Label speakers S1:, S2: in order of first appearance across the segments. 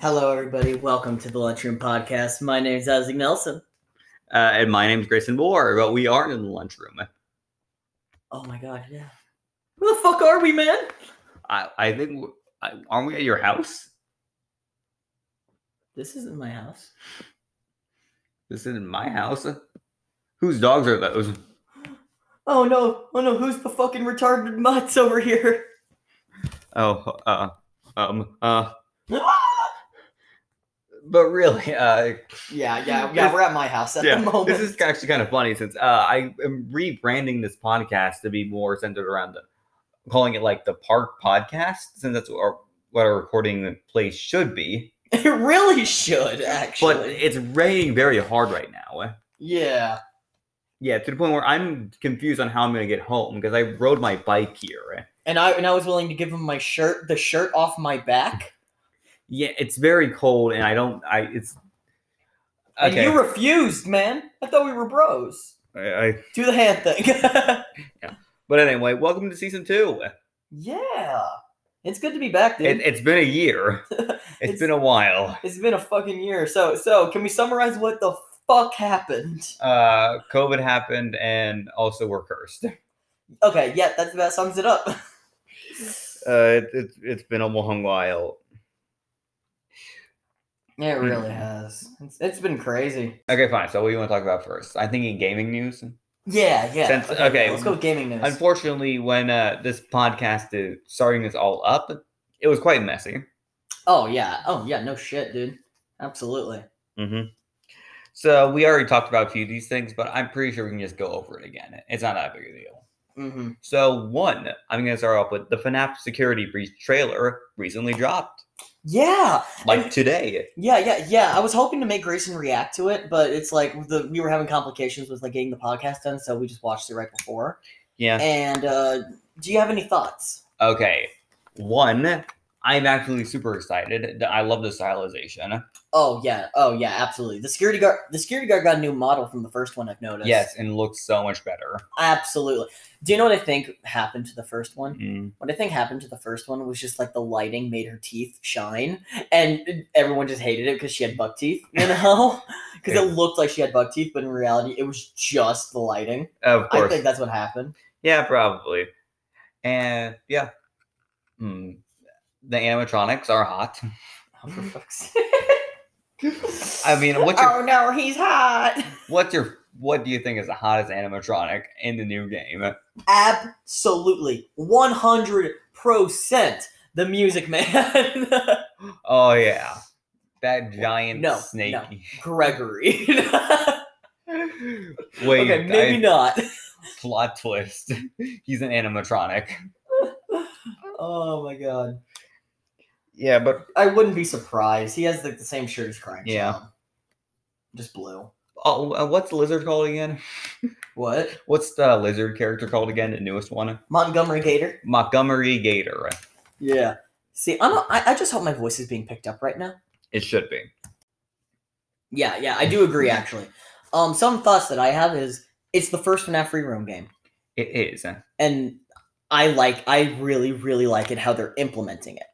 S1: Hello, everybody. Welcome to the Lunchroom Podcast. My name is Isaac Nelson.
S2: Uh, and my name's Grayson Moore, but we are in the lunchroom.
S1: Oh my god, yeah. Where the fuck are we, man?
S2: I, I think, w- I, aren't we at your house?
S1: This isn't my house.
S2: This isn't my house. Whose dogs are those?
S1: Oh no, oh no, who's the fucking retarded mutts over here?
S2: Oh, uh, um, uh,
S1: yeah,
S2: but really, uh,
S1: yeah, yeah, we're at my house at
S2: yeah,
S1: the moment.
S2: this is actually kind of funny since uh, I am rebranding this podcast to be more centered around the, calling it like the Park Podcast, since that's what our, what our recording place should be.
S1: it really should,
S2: But
S1: actually.
S2: it's raining very hard right now.
S1: yeah.
S2: Yeah, to the point where I'm confused on how I'm going to get home because I rode my bike here.
S1: And I and I was willing to give him my shirt, the shirt off my back.
S2: Yeah, it's very cold, and I don't. I it's
S1: And
S2: okay.
S1: Uh, you refused, man. I thought we were bros.
S2: I, I-
S1: Do the hand thing.
S2: but anyway, welcome to season two.
S1: yeah. It's good to be back, dude.
S2: It, it's been a year.
S1: It's-
S2: it's been a while.
S1: It's been a fucking year. So so can we summarize what the fuck happened?
S2: Uh, COVID happened, and also we're cursed. Uh,
S1: Okay, yeah, that's that sums it up.
S2: Uh, it, it's it's been a long while.
S1: It
S2: Mm-hmm.
S1: really has. It's, it's been crazy.
S2: Okay, fine. So what do you want to talk about first? I'm thinking gaming news.
S1: Yeah, yeah.
S2: Since- okay.
S1: let's go with gaming news.
S2: Unfortunately, when uh, this podcast is starting this all up, it was quite messy.
S1: oh yeah. Oh yeah. No shit, dude. Absolutely.
S2: Mm-hmm. So we already talked about a few of these things, but I'm pretty sure we can just go over it again. It's not that big a deal.
S1: Mm-hmm.
S2: So one, I'm gonna start off with the FNAF security breach trailer recently dropped,
S1: Yeah,
S2: like today.
S1: yeah, yeah, yeah. I was hoping to make Grayson react to it, but it's like the we were having complications with like getting the podcast done, so we just watched it right before.
S2: Yeah.
S1: And uh, do you have any thoughts?
S2: Okay. One, I'm actually super excited. I love the stylization.
S1: Oh yeah, oh yeah, absolutely. The security guard, the security guard got a new model from the first one. I've noticed.
S2: Yes, and it looks so much better.
S1: Absolutely. Do you know what I think happened to the first one?
S2: Mm.
S1: What I think happened to the first one was just like the lighting made her teeth shine, and everyone just hated it because she had buck teeth, you know? Because it looked like she had buck teeth, but in reality, it was just the lighting.
S2: Of
S1: I
S2: course.
S1: think that's what happened.
S2: Yeah, probably. And yeah, Hmm. the animatronics are hot.
S1: Oh, for fuck's sake.
S2: I mean, what's your
S1: oh no, he's hot.
S2: What's your what do you think is the hottest animatronic in the new game?
S1: Absolutely, one hundred percent. The music man,
S2: Oh yeah. That giant
S1: No,
S2: snake.
S1: no. Gregory.
S2: Wait,
S1: okay, maybe
S2: I-
S1: not.
S2: plot twist. He's an animatronic.
S1: Oh my god.
S2: Yeah, but
S1: I wouldn't be surprised. He has like the same shirt as Crime
S2: Yeah.
S1: Show. Just blue.
S2: oh, uh, what's the lizard called again?
S1: What?
S2: What's the lizard character called again? The newest one,
S1: Montgomery Gator?
S2: Montgomery Gator.
S1: Yeah. See, I'm a, I, I just hope my voice is being picked up right now.
S2: It should be.
S1: Yeah, yeah, I do agree actually. Um, some thoughts that I have is it's the first FNAF free roam game.
S2: It is.
S1: And I like I really, really like it how they're implementing it.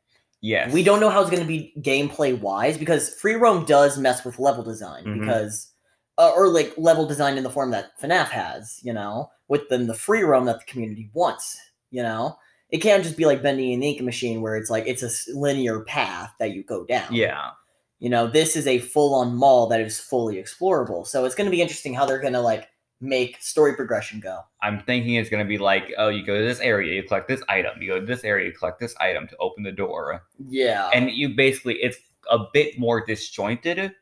S2: Yes.
S1: We don't know how it's going to be gameplay wise because free roam does mess with level design
S2: Mhm.
S1: because, uh, or like level design in the form that FNAF has, you know, with then the free roam that the community wants, you know. It can't just be like bending an ink machine where it's like it's a s- linear path that you go down.
S2: Yeah.
S1: You know, this is a full on mall that is fully explorable. So it's going to be interesting how they're going to like make story progression go.
S2: I'm thinking it's gonna be like, oh, you go to this area, you collect this item. You go to this area, you collect this item to open the door.
S1: Yeah.
S2: and you basically it's a bit more disjointed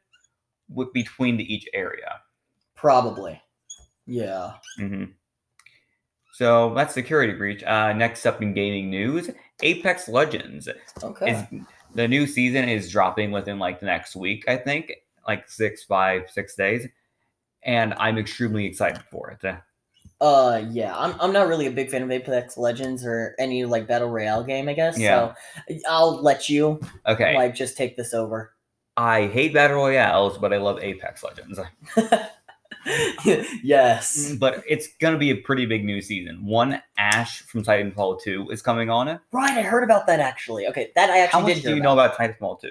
S2: with between the each area
S1: probably. Yeah.
S2: hmm so that's security breach uh, next up in gaming news apex legends
S1: Okay.
S2: is the new season is dropping within like the next week i think like six five six days and i'm extremely excited for it
S1: Uh yeah, I'm I'm not really a big fan of Apex Legends or any like battle royale game, I guess.
S2: Yeah.
S1: So I'll let you
S2: okay
S1: like just take this over.
S2: i hate battle royales but i love apex legends
S1: yes.
S2: but it's gonna be a pretty big new season one ash from titanfall 2 is coming on it
S1: Right, I heard about that actually. Okay, that I
S2: How
S1: actually
S2: much
S1: did
S2: do
S1: hear
S2: you know about Titanfall 2?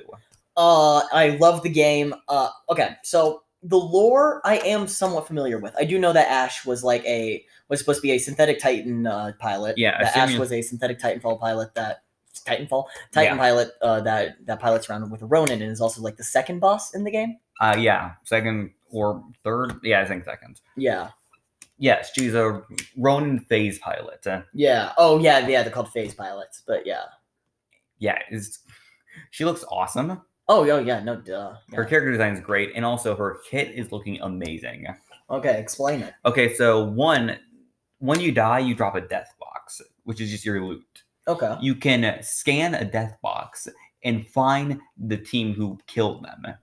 S1: Uh, I love the game. Uh, okay, so the lore I am somewhat familiar with. I do know that Ash was like a was supposed to be a synthetic Titan uh, pilot.
S2: Yeah,
S1: that
S2: assuming-
S1: Ash was a synthetic Titanfall pilot. That Titanfall Titan
S2: Yeah.
S1: pilot. Uh, that that pilot's rounded with a Ronin and is also like the second boss in the game.
S2: Uh, yeah, second or third. Yeah, I think second.
S1: Yeah,
S2: Yes, she's a Ronin phase pilot. Uh,
S1: yeah. Oh yeah, yeah. They're called phase pilots, but yeah.
S2: yeah, is she looks awesome.
S1: Oh yeah, yeah. No, duh. Yeah.
S2: Her character design is great, and also her kit is looking amazing.
S1: Okay, explain it.
S2: Okay, so one, when you die, you drop a death box, which is just your loot.
S1: Okay.
S2: You can scan a death box and find the team who killed them,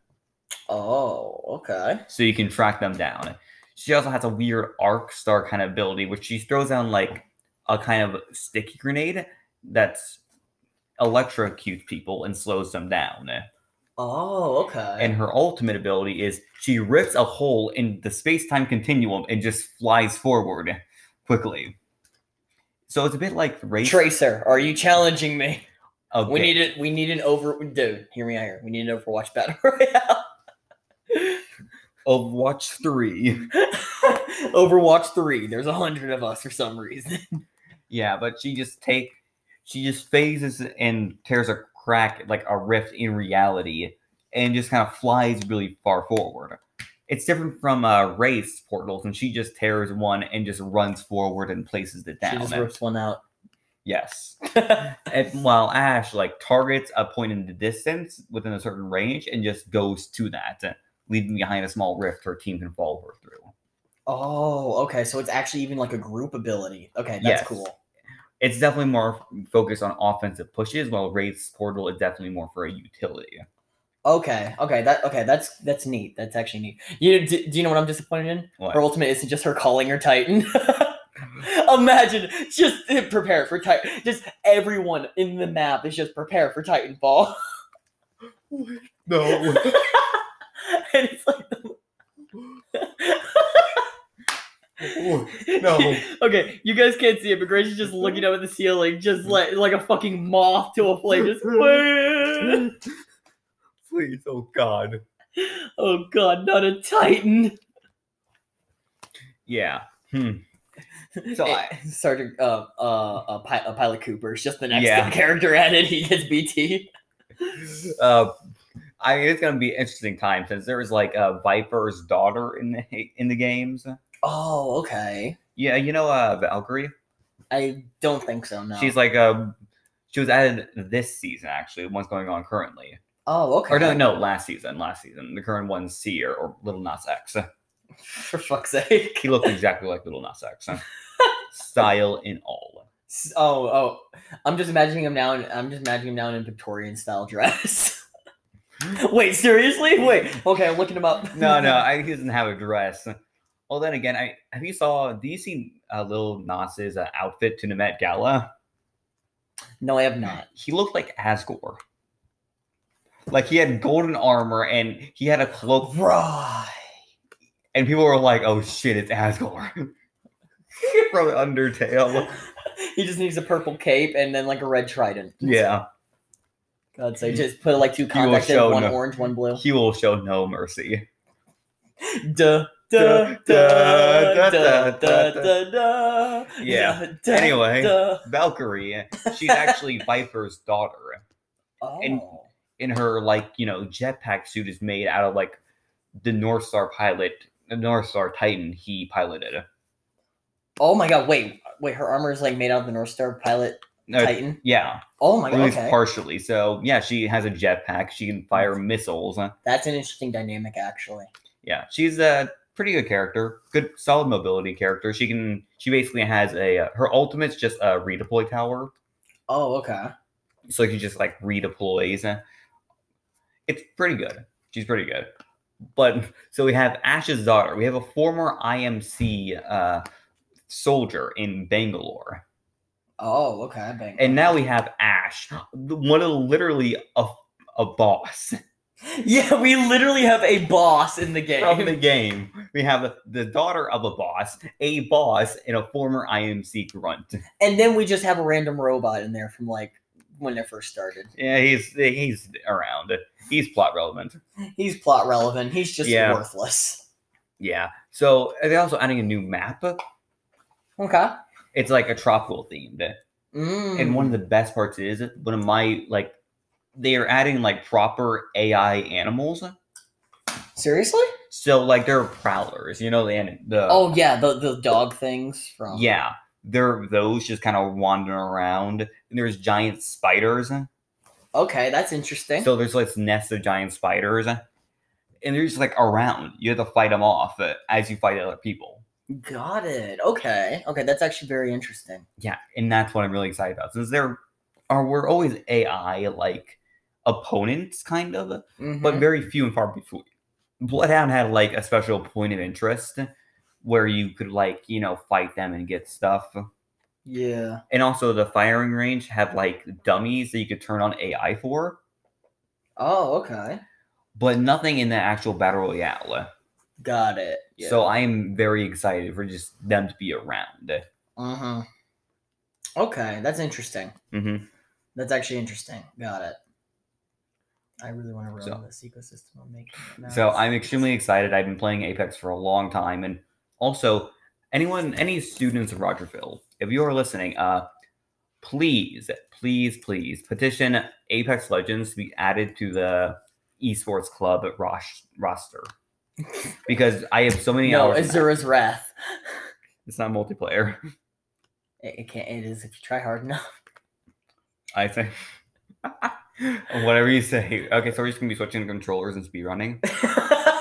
S1: Oh, okay.
S2: so you can track them down. She also has a weird arc star kind of ability, which she throws down like a kind of sticky grenade that's electrocutes people and slows them down.
S1: Oh, okay.
S2: and her ultimate ability is she rips a hole in the space-time continuum and just flies forward quickly. So it's a bit like race.
S1: Tracer, are you challenging me?
S2: a
S1: We
S2: bit.
S1: need it. We need an over. Dude, hear me out here. We need an Overwatch battle royale.
S2: Overwatch three.
S1: Overwatch three. There's a hundred of us for some reason.
S2: Yeah, but she just take she just phases and tears a crack like a rift in reality and just kind of flies really far forward. It's different from uh, race portals, and she just tears one and just runs forward and places it down.
S1: She just rips one out.
S2: Yes. and while Ash like targets a point in the distance within a certain range and just goes to that, uh, leaving behind a small rift her team can follow her through.
S1: Oh, okay. So it's actually even like a group ability. Okay, that's
S2: Yes.
S1: cool.
S2: It's definitely more focused on offensive pushes, while Wraith's Portal is definitely more for a utility.
S1: Okay, okay, that okay. That's that's neat. That's actually neat. You do, do you know what I'm disappointed in?
S2: What?
S1: Her ultimate isn't just her calling her Titan. Imagine just prepare for Titan. Just everyone in the map is just prepare for Titanfall.
S2: No.
S1: and it's like
S2: No.
S1: okay, you guys can't see it, but Grace is just looking up at the ceiling, just like like a fucking moth to a flame. Just
S2: Please, oh god.
S1: oh god, not a Titan.
S2: Yeah. Hmm. So
S1: Eh,
S2: I,
S1: Sergeant uh, uh, uh, Pi- uh, Pilot Cooper is just the next
S2: Yeah.
S1: character added. He gets BT.
S2: uh, I mean, it's gonna be an interesting time since there was like uh, Viper's daughter in the in the games.
S1: Oh, okay.
S2: Yeah, you know uh Valkyrie?
S1: I don't think so. No.
S2: She's like um she was added this season actually, one's going on currently.
S1: oh, okay.
S2: Or no, no, last season, last season. The current one's Seer or Little Nas X.
S1: For fuck's sake.
S2: He looked exactly like Little Nas X. Style and all.
S1: S- Oh, oh. I'm just imagining him now. In, I'm just imagining him now in a Victorian style dress. Wait, seriously? Wait. Okay, I'm looking him up.
S2: No, no, I, he doesn't have a dress. Well then again, I have you saw do you see uh, Lil Nas's uh, outfit to the Met Gala?
S1: no, I have not.
S2: He looked like Asgore. Like he had golden armor and he had a cloak
S1: Right.
S2: and people were like, "Oh shit, it's Asgore from Undertale."
S1: he just needs a purple cape and then like a red trident.
S2: Yeah,
S1: God say, just put like two
S2: will
S1: contacts in,
S2: show
S1: one
S2: no-
S1: orange, one blue.
S2: he will show no mercy.
S1: duh, duh, duh, duh, duh, duh, duh, duh.
S2: Yeah.
S1: Duh, duh,
S2: Anyway.
S1: duh.
S2: Valkyrie, she's actually Viper's daughter, And-
S1: Oh.
S2: and her like you know jetpack suit is made out of like the North Star pilot, the North Star Titan he piloted. Uh,
S1: Oh my god, wait, wait, her armor is like made out of the North Star pilot
S2: No,
S1: Titan.
S2: yeah,
S1: Oh my
S2: at
S1: god,
S2: least
S1: okay.
S2: partially. So yeah, she has a jetpack. She can fire missiles.
S1: That's an interesting dynamic actually.
S2: Yeah, she's a pretty good character, good solid mobility character. She can she basically has a uh, her ultimate's just a redeploy tower,
S1: Oh, okay.
S2: so she just like redeploys. It's pretty good. She's pretty good. But so we have Ash's daughter. We have a former IMC uh, soldier in Bangalore,
S1: Oh, okay. Bang.
S2: and now we have Ash, the- one of the- literally a a boss
S1: yeah, we literally have a boss in the game.
S2: from the game. We have the daughter of a boss, a boss, and a former IMC grunt.
S1: and then we just have a random robot in there from like when it first started.
S2: Yeah, he's he's around. He's plot relevant.
S1: He's plot relevant. He's just
S2: Yeah.
S1: worthless.
S2: Yeah. So they're also adding a new map.
S1: Okay.
S2: It's like a tropical themed.
S1: Mm.
S2: And one of the best parts is one of my like they are adding like proper AI animals.
S1: seriously?
S2: So like they're prowlers, you know the an- the
S1: Oh yeah, the the dog things from
S2: Uh, yeah they're those just kind of wandering around. And there's giant spiders.
S1: Okay, that's interesting.
S2: So there's like this nest of giant spiders, and they're just like around. You have to fight them off uh, as you fight other people.
S1: Got it. Okay. Okay, that's actually very interesting.
S2: Yeah, and that's what I'm really excited about. Since there are we're always AI like opponents, kind of, but
S1: Mhm.
S2: very few and far between. Bloodhound had like a special point of interest where you could like you know fight them and get stuff,
S1: yeah.
S2: and also the firing range had like dummies that you could turn on AI for,
S1: Oh, okay.
S2: but nothing in the actual battle royale.
S1: Got it. Yeah.
S2: So I am very excited for just them to be around.
S1: uh-huh. Okay, that's interesting.
S2: hmm
S1: That's actually interesting. Got it. I really want to run
S2: So-
S1: this ecosystem I'm making. right now.
S2: So
S1: It's-
S2: I'm extremely excited. I've been playing Apex for a long time, and also anyone, any students of Rogerville, if you are listening, uh, please, please, please petition Apex Legends to be added to the esports club Rosh roster because I have so many
S1: no,
S2: hours. in that.
S1: Azura's Wrath.
S2: It's not multiplayer.
S1: It, it can't. It is if you try hard enough.
S2: I think. Whatever you say. Okay, so we're just gonna be switching controllers and speedrunning.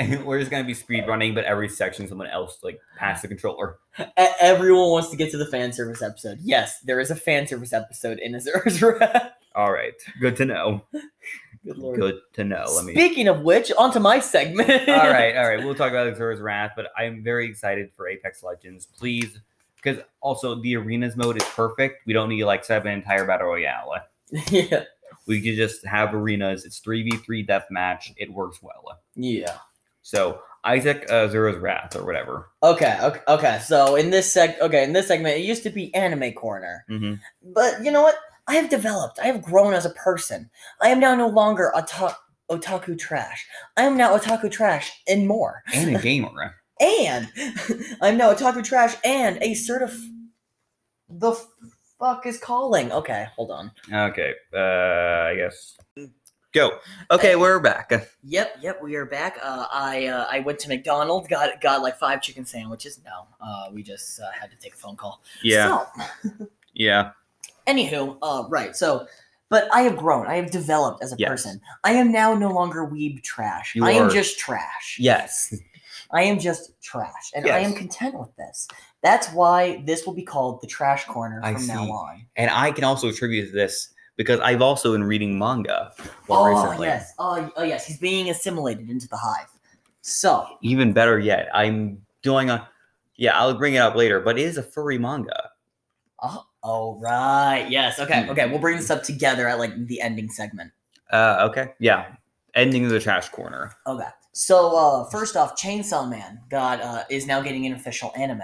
S1: E-
S2: And we're just gonna be speed running, but every section someone else like pass the controller.
S1: E, Everyone wants to get to the fan service episode. Yes, there is a fan service episode in Azura's Wrath.
S2: All right, good to know.
S1: Good lord.
S2: Good to know. Let me.
S1: Speaking of which, onto my segment.
S2: all right, all right. We'll talk about Xura's Wrath, but I'm very excited for Apex Legends. Please, because also the arenas mode is perfect. We don't need like seven entire battle royale.
S1: yeah.
S2: We can just have arenas. It's three v three deathmatch. It works well.
S1: Yeah.
S2: So Isaac uh, Xura's Wrath or whatever.
S1: Okay, okay, okay. So in this seg, okay, in this segment, it used to be anime corner,
S2: hmm
S1: but you know what? I have developed. I have grown as a person. I am now no longer otaku, otaku trash. I am now otaku trash and more.
S2: And a gamer.
S1: And I'm now otaku trash and a certif. The fuck is calling? Okay, hold on.
S2: Okay. Uh, I guess. Go. Okay, we're back.
S1: Yep, yep, we are back. Uh, I uh, I went to McDonald's, got got like five chicken sandwiches. No, uh, we just uh, had to take a phone call.
S2: Yeah.
S1: So,
S2: Yeah.
S1: Anywho, uh, right. So, but I have grown. I have developed as a
S2: Yes.
S1: person. I am now no longer weeb trash.
S2: You
S1: I
S2: are-
S1: am just trash.
S2: Yes.
S1: I am just trash, and I am
S2: Yes.
S1: content with this. That's why this will be called the trash corner
S2: I
S1: from now
S2: see.
S1: on.
S2: And I can also attribute this because I've also been reading manga more
S1: oh
S2: recently.
S1: yes. Oh, oh yes. He's being assimilated into the hive. So
S2: Even better yet, I'm doing a yeah, I'll bring it up later, but it is a furry manga.
S1: Oh, all right. Yes. Okay.
S2: Hmm.
S1: Okay. We'll bring this up together at like the ending segment.
S2: Uh okay. Yeah. Ending of the trash corner.
S1: Okay. So uh, first off, Chainsaw Man got uh, is now getting an official anime.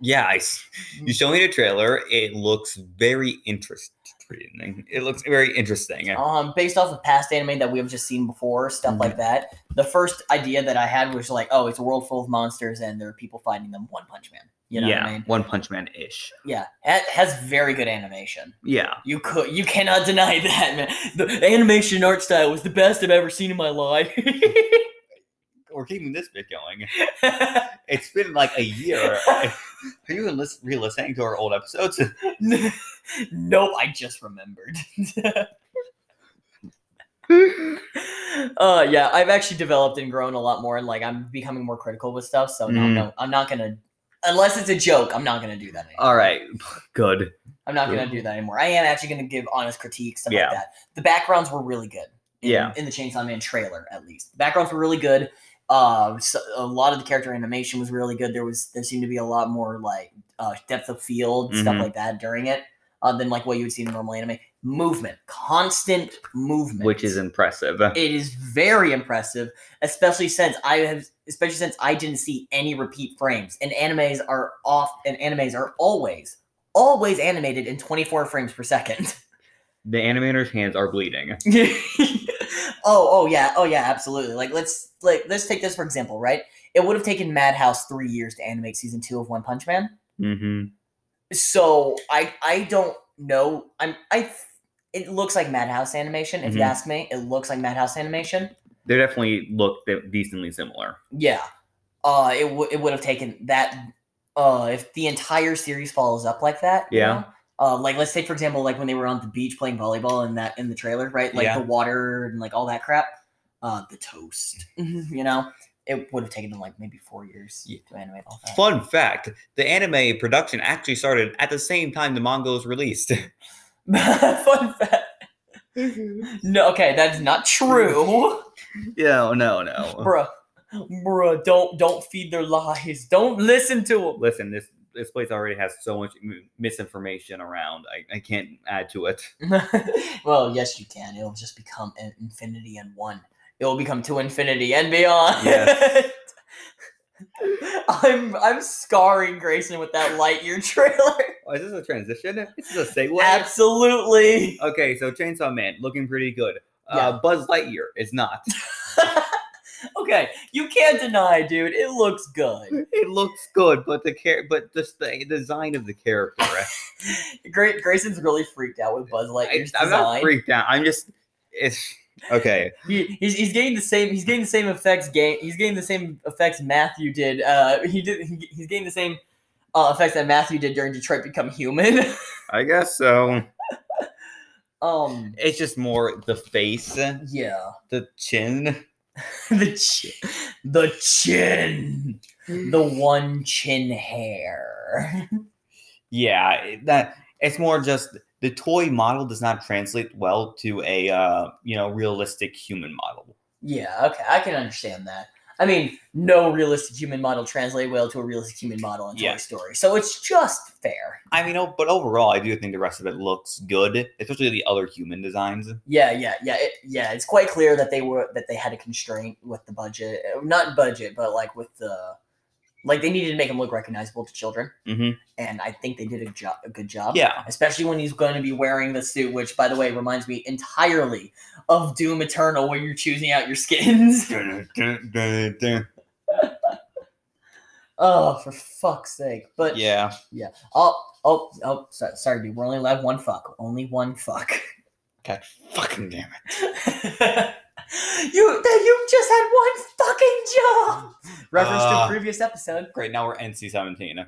S2: Yeah, I s you show me the trailer, it looks very interesting. It looks very interesting.
S1: Um, based off of past anime that we have just seen before, stuff like that. The first idea that I had was like, oh, it's a world full of monsters and there are people fighting them. One Punch Man. You know
S2: yeah,
S1: what I mean?
S2: One Punch Man ish.
S1: Yeah. It has very good animation.
S2: Yeah.
S1: You could, you cannot deny that, man. The animation art style was the best I've ever seen in my life.
S2: We're keeping this bit going. It's been like a year. Are you even lis- re-listening to our old episodes?
S1: nope, I just remembered. uh yeah, I've actually developed and grown a lot more and like I'm becoming more critical with stuff, so no,
S2: Mm.
S1: no, I'm not gonna unless it's a joke, I'm not gonna do that anymore.
S2: All right. Good.
S1: I'm not gonna
S2: good.
S1: do that anymore. I am actually gonna give honest critiques, stuff
S2: Yeah.
S1: like that. The backgrounds were really good. in-
S2: Yeah.
S1: In the Chainsaw Man trailer, at least. The backgrounds were really good. Uh so, a lot of the character animation was really good. There was there seemed to be a lot more like uh depth of field, stuff
S2: Mhm.
S1: like that during it, uh, than like what you would see in a normal anime. Movement. Constant movement.
S2: which is impressive.
S1: it is very impressive, especially since I have, especially since I didn't see any repeat frames. And animes are off, and animes are always, always animated in 24 frames per second.
S2: The animator's hands are bleeding.
S1: oh, oh yeah, oh yeah, absolutely. Like let's like let's take this for example, right? It would have taken Madhouse three years to animate season two of One Punch Man.
S2: Mm-hmm.
S1: So I I don't know. I'm I. th- It looks like Madhouse animation. If you
S2: Mhm.
S1: ask me, it looks like Madhouse animation.
S2: They definitely look de- decently similar.
S1: Yeah. Uh, it would it would have taken that. Uh, if the entire series follows up like that, you
S2: Yeah.
S1: know? Uh, like let's take for example, like when they were on the beach playing volleyball and that in the trailer, right? Like
S2: Yeah.
S1: the water and like all that crap. Uh, the toast. you know, it would have taken them like maybe four years
S2: Yeah.
S1: to animate all that.
S2: Fun fact: the anime production actually started at the same time the manga was released.
S1: Fun fact. No, okay, that is not true,
S2: yeah, oh, no, no.
S1: bruh. Bruh, don't don't feed their lies. Don't listen to them.
S2: Listen, this this place already has so much m- misinformation around. I, I can't add to it.
S1: well, yes, you can. It'll just become an infinity and one. It will become to infinity and beyond.
S2: Yes.
S1: I'm I'm scarring Grayson with that Lightyear trailer.
S2: Oh, is this a transition? This is a segue.
S1: Absolutely.
S2: okay, so Chainsaw Man looking pretty good. Uh, Buzz Lightyear is not.
S1: okay, you can't deny, dude. It looks good.
S2: it looks good, but the care, but just the design of the character.
S1: Great. Grayson's really freaked out with Buzz
S2: I,
S1: Lightyear's
S2: I'm not
S1: design.
S2: freaked out. I'm just it's okay.
S1: He, he's, he's getting the same. He's getting the same effects. Game. He's getting the same effects Matthew did. Uh, he did. He, he's getting the same uh, effects that Matthew did during Detroit Become Human.
S2: I guess so.
S1: um.
S2: It's just more the face, the
S1: Yeah.
S2: chin.
S1: the chin. The chin. The one chin hair.
S2: Yeah, it- that it's more just the toy model does not translate well to a uh, you know realistic human model.
S1: yeah. Okay. I can understand that. I mean, no realistic human model translate well to a realistic human model in
S2: Yeah.
S1: Toy Story, so it's just fair.
S2: I mean, oh, but overall, I do think the rest of it looks good, especially the other human designs.
S1: Yeah, yeah, yeah, it, yeah. It's quite clear that they were that they had a constraint with the budget, Uh, not budget, but like with the like they needed to make him look recognizable to children,
S2: hmm
S1: and I think they did a job, a good job.
S2: Yeah,
S1: especially when he's going to be wearing the suit, which by the way reminds me entirely of Doom Eternal, where you're choosing out your skins. oh, for fuck's sake! But
S2: yeah.
S1: oh, oh, oh, sorry, sorry, dude. We're only allowed one fuck. Only one fuck.
S2: God fucking damn it.
S1: you that you just had one fucking job. Reference
S2: Ah.
S1: to previous episode.
S2: Great, now we're NC seventeen.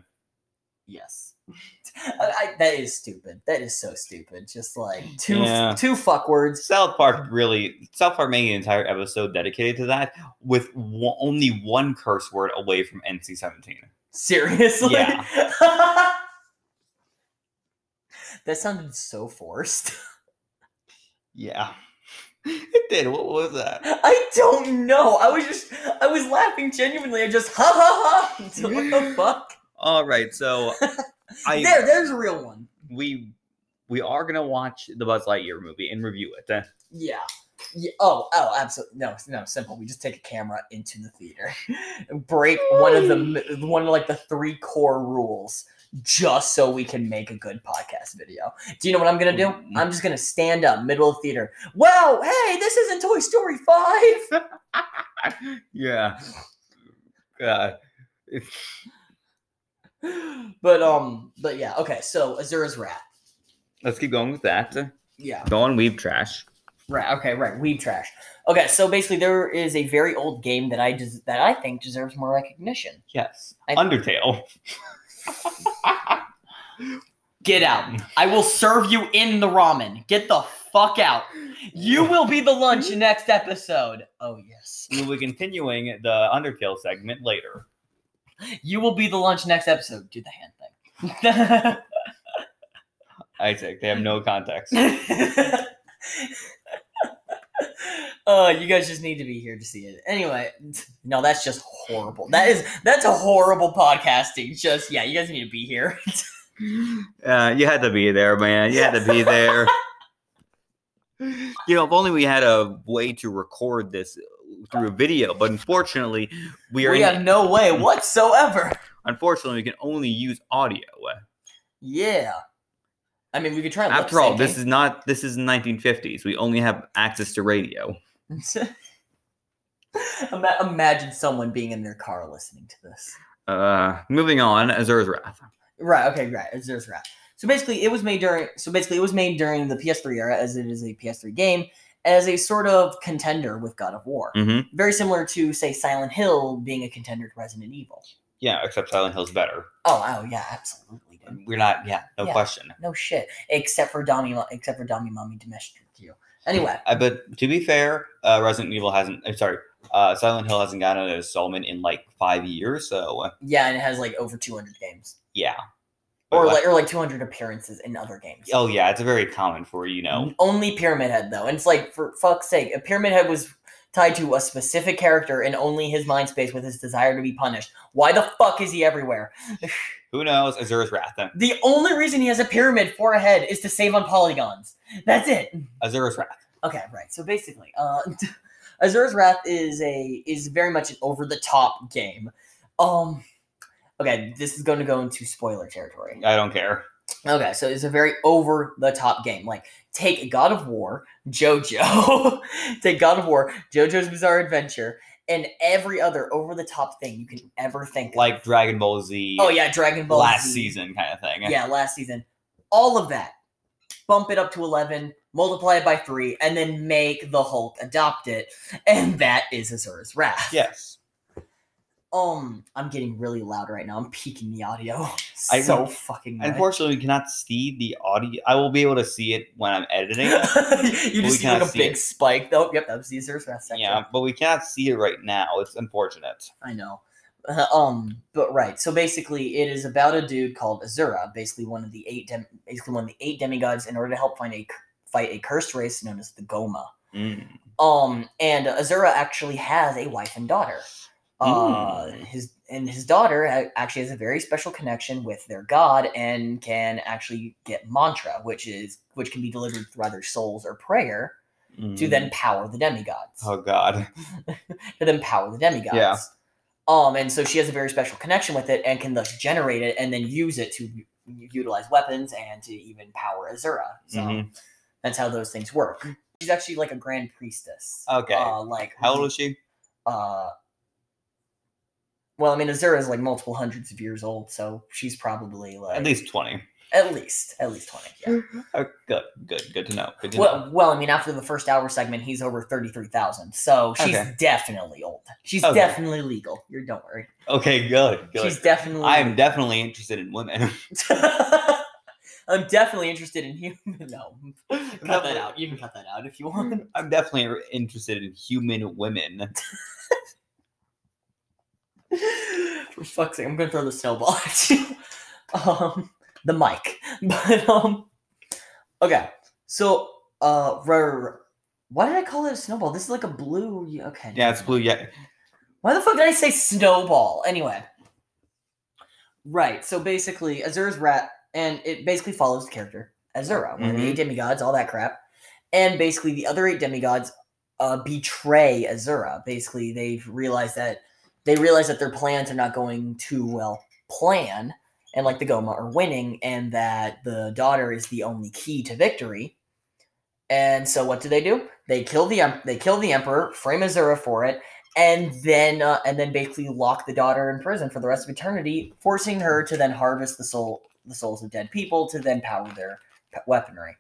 S1: Yes. I, I, that is stupid. That is so stupid. Just like two
S2: Yeah.
S1: two fuck words.
S2: South Park really South Park made an entire episode dedicated to that, with wo- only one curse word away from NC seventeen.
S1: Seriously.
S2: Yeah.
S1: that sounded so forced.
S2: Yeah, it did. What was that?
S1: I don't know. I was just I was laughing genuinely. I just ha ha ha. What the fuck?
S2: All right, so I
S1: there, there's a real one.
S2: we we are gonna watch the Buzz Lightyear movie and review it. Uh,
S1: Yeah. yeah. Oh, oh, absolutely. No, no, simple. We just take a camera into the theater, break one of the m- one of like the three core rules, just so we can make a good podcast video. Do you know what I'm gonna do?
S2: Mm.
S1: I'm just gonna stand up middle of theater. Wow, hey, this isn't Toy Story Five.
S2: yeah. Uh, it's-
S1: But um, but yeah, okay. So Azura's Wrath.
S2: let's keep going with that.
S1: Yeah.
S2: Go on, weave trash.
S1: Right. Okay. Right. Weeb trash. Okay. So basically, there is a very old game that I des- that I think deserves more recognition.
S2: Yes,
S1: I-
S2: Undertale.
S1: Get out. I will serve you in the ramen. Get the fuck out. You will be the lunch next episode. Oh, yes.
S2: We'll be continuing the Undertale segment later.
S1: You will be the lunch next episode. Do the hand
S2: Isaac, they have no context.
S1: thing. uh, you guys just need to be here to see it. Anyway, no, that's just horrible. That is that's a horrible podcasting. Just yeah, you guys need to be here.
S2: Uh, you had to be there, man. You had to be there. you know, if only we had a way to record this through video, but unfortunately, we
S1: we
S2: are. in-
S1: have no way whatsoever.
S2: unfortunately, we can only use audio.
S1: Yeah. I mean, we could try.
S2: After all, this is not this is 1950s. We only have access to radio.
S1: is. Imagine someone being in their car listening to this.
S2: Uh, moving on, Azur's Wrath.
S1: Right. Okay. Right. It's just right. So basically, it was made during. So basically, it was made during the PS3 era, as it is a PS3 game, as a sort of contender with God of War,
S2: Mm-hmm.
S1: very similar to say Silent Hill being a contender to Resident Evil.
S2: Yeah, except Silent Hill's better.
S1: Oh. Oh. Yeah. Absolutely. dude.
S2: We're not. Yeah, no
S1: Yeah.
S2: question.
S1: No shit. Except for Dami. Mo- Except for Dami Mommy Domestiu. Anyway.
S2: Uh, but to be fair, uh, Resident Evil hasn't. I'm sorry, uh, Silent Hill hasn't gotten an installment in like five years. So uh,
S1: Yeah, and it has like over 200 games,
S2: yeah, But,
S1: or like or like 200 appearances in other games.
S2: oh yeah, it's very common for you know.
S1: Only Pyramid Head though, and it's like for fuck's sake, a Pyramid Head was tied to a specific character and only his mind space with his desire to be punished. Why the fuck is he everywhere?
S2: Who knows? Azura's Wrath. uh,
S1: The only reason he has a pyramid for a head is to save on polygons. That's it.
S2: Azura's Wrath.
S1: Okay, right. So basically, uh, Azura's Wrath is a is very much an over the top game. Um, okay, this is going to go into spoiler territory.
S2: I don't care.
S1: Okay, so it's a very over the top game. Like take God of War, JoJo, take God of War, JoJo's Bizarre Adventure, and every other over the top thing you can ever think. of.
S2: Like Dragon Ball Z.
S1: oh yeah, Dragon Ball
S2: last
S1: Z.
S2: season kind of thing.
S1: yeah, last season, all of that, bump it up to eleven, multiply it by three, and then make the Hulk adopt it, and that is Azura's Wrath.
S2: Yes.
S1: Um, I'm getting really loud right now. I'm peaking the audio.
S2: I-
S1: so fucking. loud.
S2: Unfortunately, we cannot see the audio. I will be able to see it when I'm editing.
S1: you
S2: We
S1: just see
S2: cannot
S1: like a
S2: see
S1: big
S2: it.
S1: spike. though. yep, that was the Azura's Wrath section.
S2: yeah, but we cannot see it right now. It's unfortunate.
S1: I know. Uh, um, but right. So basically, it is about a dude called Azura, basically one of the eight, dem- basically one of the eight demigods, in order to help find a cur- fight a cursed race known as the Goma.
S2: Mm.
S1: Um, and Azura actually has a wife and daughter. Uh,
S2: Mm.
S1: his and his daughter a- actually has a very special connection with their god and can actually get mantra, which is which can be delivered through either souls or prayer to
S2: Mm.
S1: then power the demigods
S2: Oh God.
S1: to then power the demigods.
S2: Yeah.
S1: Um, and so she has a very special connection with it and can thus generate it and then use it to u- utilize weapons and to even power Azura. So
S2: Mhm.
S1: that's how those things work. She's actually like a grand priestess.
S2: Okay.
S1: Uh, like
S2: How old is she?
S1: uh well, I mean, Azura is like multiple hundreds of years old, so she's probably like
S2: At least twenty.
S1: at least, at least twenty. Yeah.
S2: Oh, good, good, good to know. Good to know.
S1: Well, well, I mean, after the first hour segment, he's over thirty-three thousand, so she's
S2: Okay.
S1: definitely old. She's
S2: Okay.
S1: definitely legal. You're don't worry.
S2: Okay, good, good.
S1: She's definitely.
S2: I am definitely interested in women.
S1: I'm definitely interested in human. No, cut that out. You can cut that out if you want.
S2: I'm definitely interested in human women.
S1: For fuck's sake, I'm gonna throw the snowball at you. Um, the mic, but um, okay. So, uh, r- r- why did I call it a snowball? This is like a blue. yeah, Okay.
S2: Yeah, it's blue. Yeah,
S1: Why the fuck did I say snowball? Anyway. Right. So basically, Azura's rat, and it basically follows the character Azura, one of the eight demigods, all that crap. And basically, the other eight demigods uh, betray Azura. Basically, they've realized that they realize that their plans are not going too well. Plan and like the Goma are winning, and that the daughter is the only key to victory. And so, what do they do? They kill the em- they kill the emperor, frame Azura for it, and then uh, and then basically lock the daughter in prison for the rest of eternity, forcing her to then harvest the soul the souls of dead people to then power their pe- weaponry.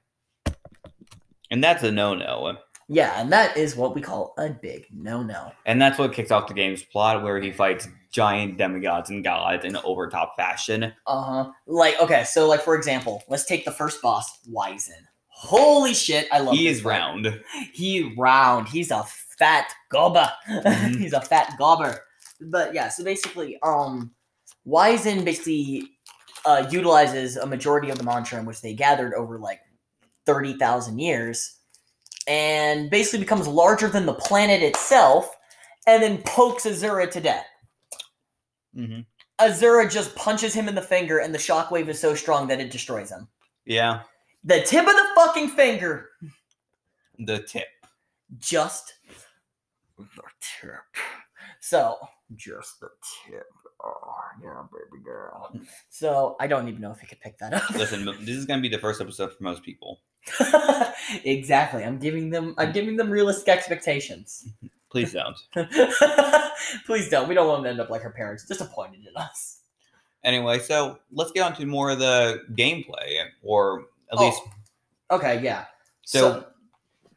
S2: and that's a no-no.
S1: Yeah, and that is what we call a big no no.
S2: And that's what kicks off the game's plot, where he fights giant demigods and gods in over-top fashion.
S1: Uh huh. Like okay, so like for example, let's take the first boss, Wizen. Holy shit, I love.
S2: He
S1: this
S2: is
S1: guy.
S2: round.
S1: He round. He's a fat gobber.
S2: Mhm.
S1: He's a fat gobber. But yeah, so basically, um, Wizen basically uh, utilizes a majority of the mantra in which they gathered over like thirty thousand years, and basically becomes larger than the planet itself, and then pokes Azura to death. Mm-hmm.
S2: hmm
S1: Azura just punches him in the finger, and the shockwave is so strong that it destroys him.
S2: Yeah,
S1: The tip of the fucking finger
S2: the tip.
S1: just
S2: The tip.
S1: so
S2: Just the tip
S3: Oh, yeah, baby girl.
S1: So I don't even know if I could pick that up.
S2: Listen, this is gonna be the first episode for most people.
S1: exactly. I'm giving them. I'm giving them realistic expectations.
S2: Please don't.
S1: Please don't. We don't want them to end up like our parents, disappointed in us.
S2: Anyway, so let's get on to more of the gameplay, or at
S1: Oh.
S2: least
S1: Okay. Yeah.
S2: So-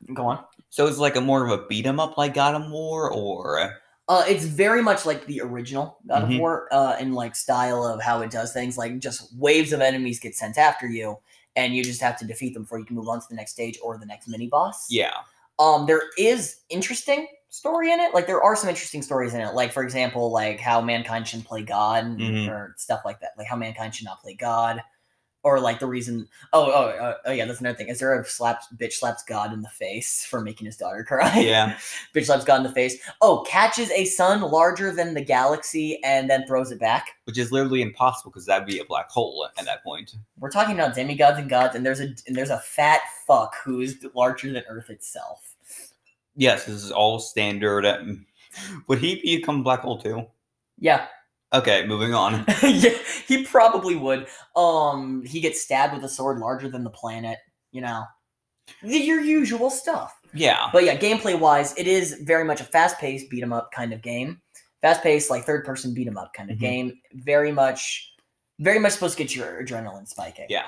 S1: so go on.
S2: so it's like a more of a beat 'em up like God of War, or
S1: Uh, it's very much like the original God
S2: Mhm.
S1: of War uh, in like style of how it does things. Like just waves of enemies get sent after you, and you just have to defeat them before you can move on to the next stage or the next mini boss.
S2: yeah,
S1: Um, there is interesting story in it. Like there are some interesting stories in it. Like for example, like how mankind shouldn't play God
S2: Mhm.
S1: or stuff like that. Like how mankind should not play God, or like the reason. Oh, oh, oh, oh yeah, that's another thing. Is there a slaps bitch slaps God in the face for making his daughter cry?
S2: yeah,
S1: bitch slaps God in the face. Oh, catches a sun larger than the galaxy and then throws it back.
S2: which is literally impossible because that'd be a black hole at that point.
S1: We're talking about demigods and gods, and there's a and there's a fat fuck who is larger than Earth itself.
S2: Yes, this is all standard. um, Would he become black hole too?
S1: Yeah,
S2: Okay, moving on.
S1: yeah, he probably would. Um, he gets stabbed with a sword larger than the planet. You know, the, your usual stuff.
S2: Yeah,
S1: But yeah, gameplay wise, it is very much a fast paced beat 'em up kind of game. Fast paced, like third person beat 'em up kind of
S2: Mhm.
S1: game. Very much, very much supposed to get your adrenaline spiking.
S2: Yeah.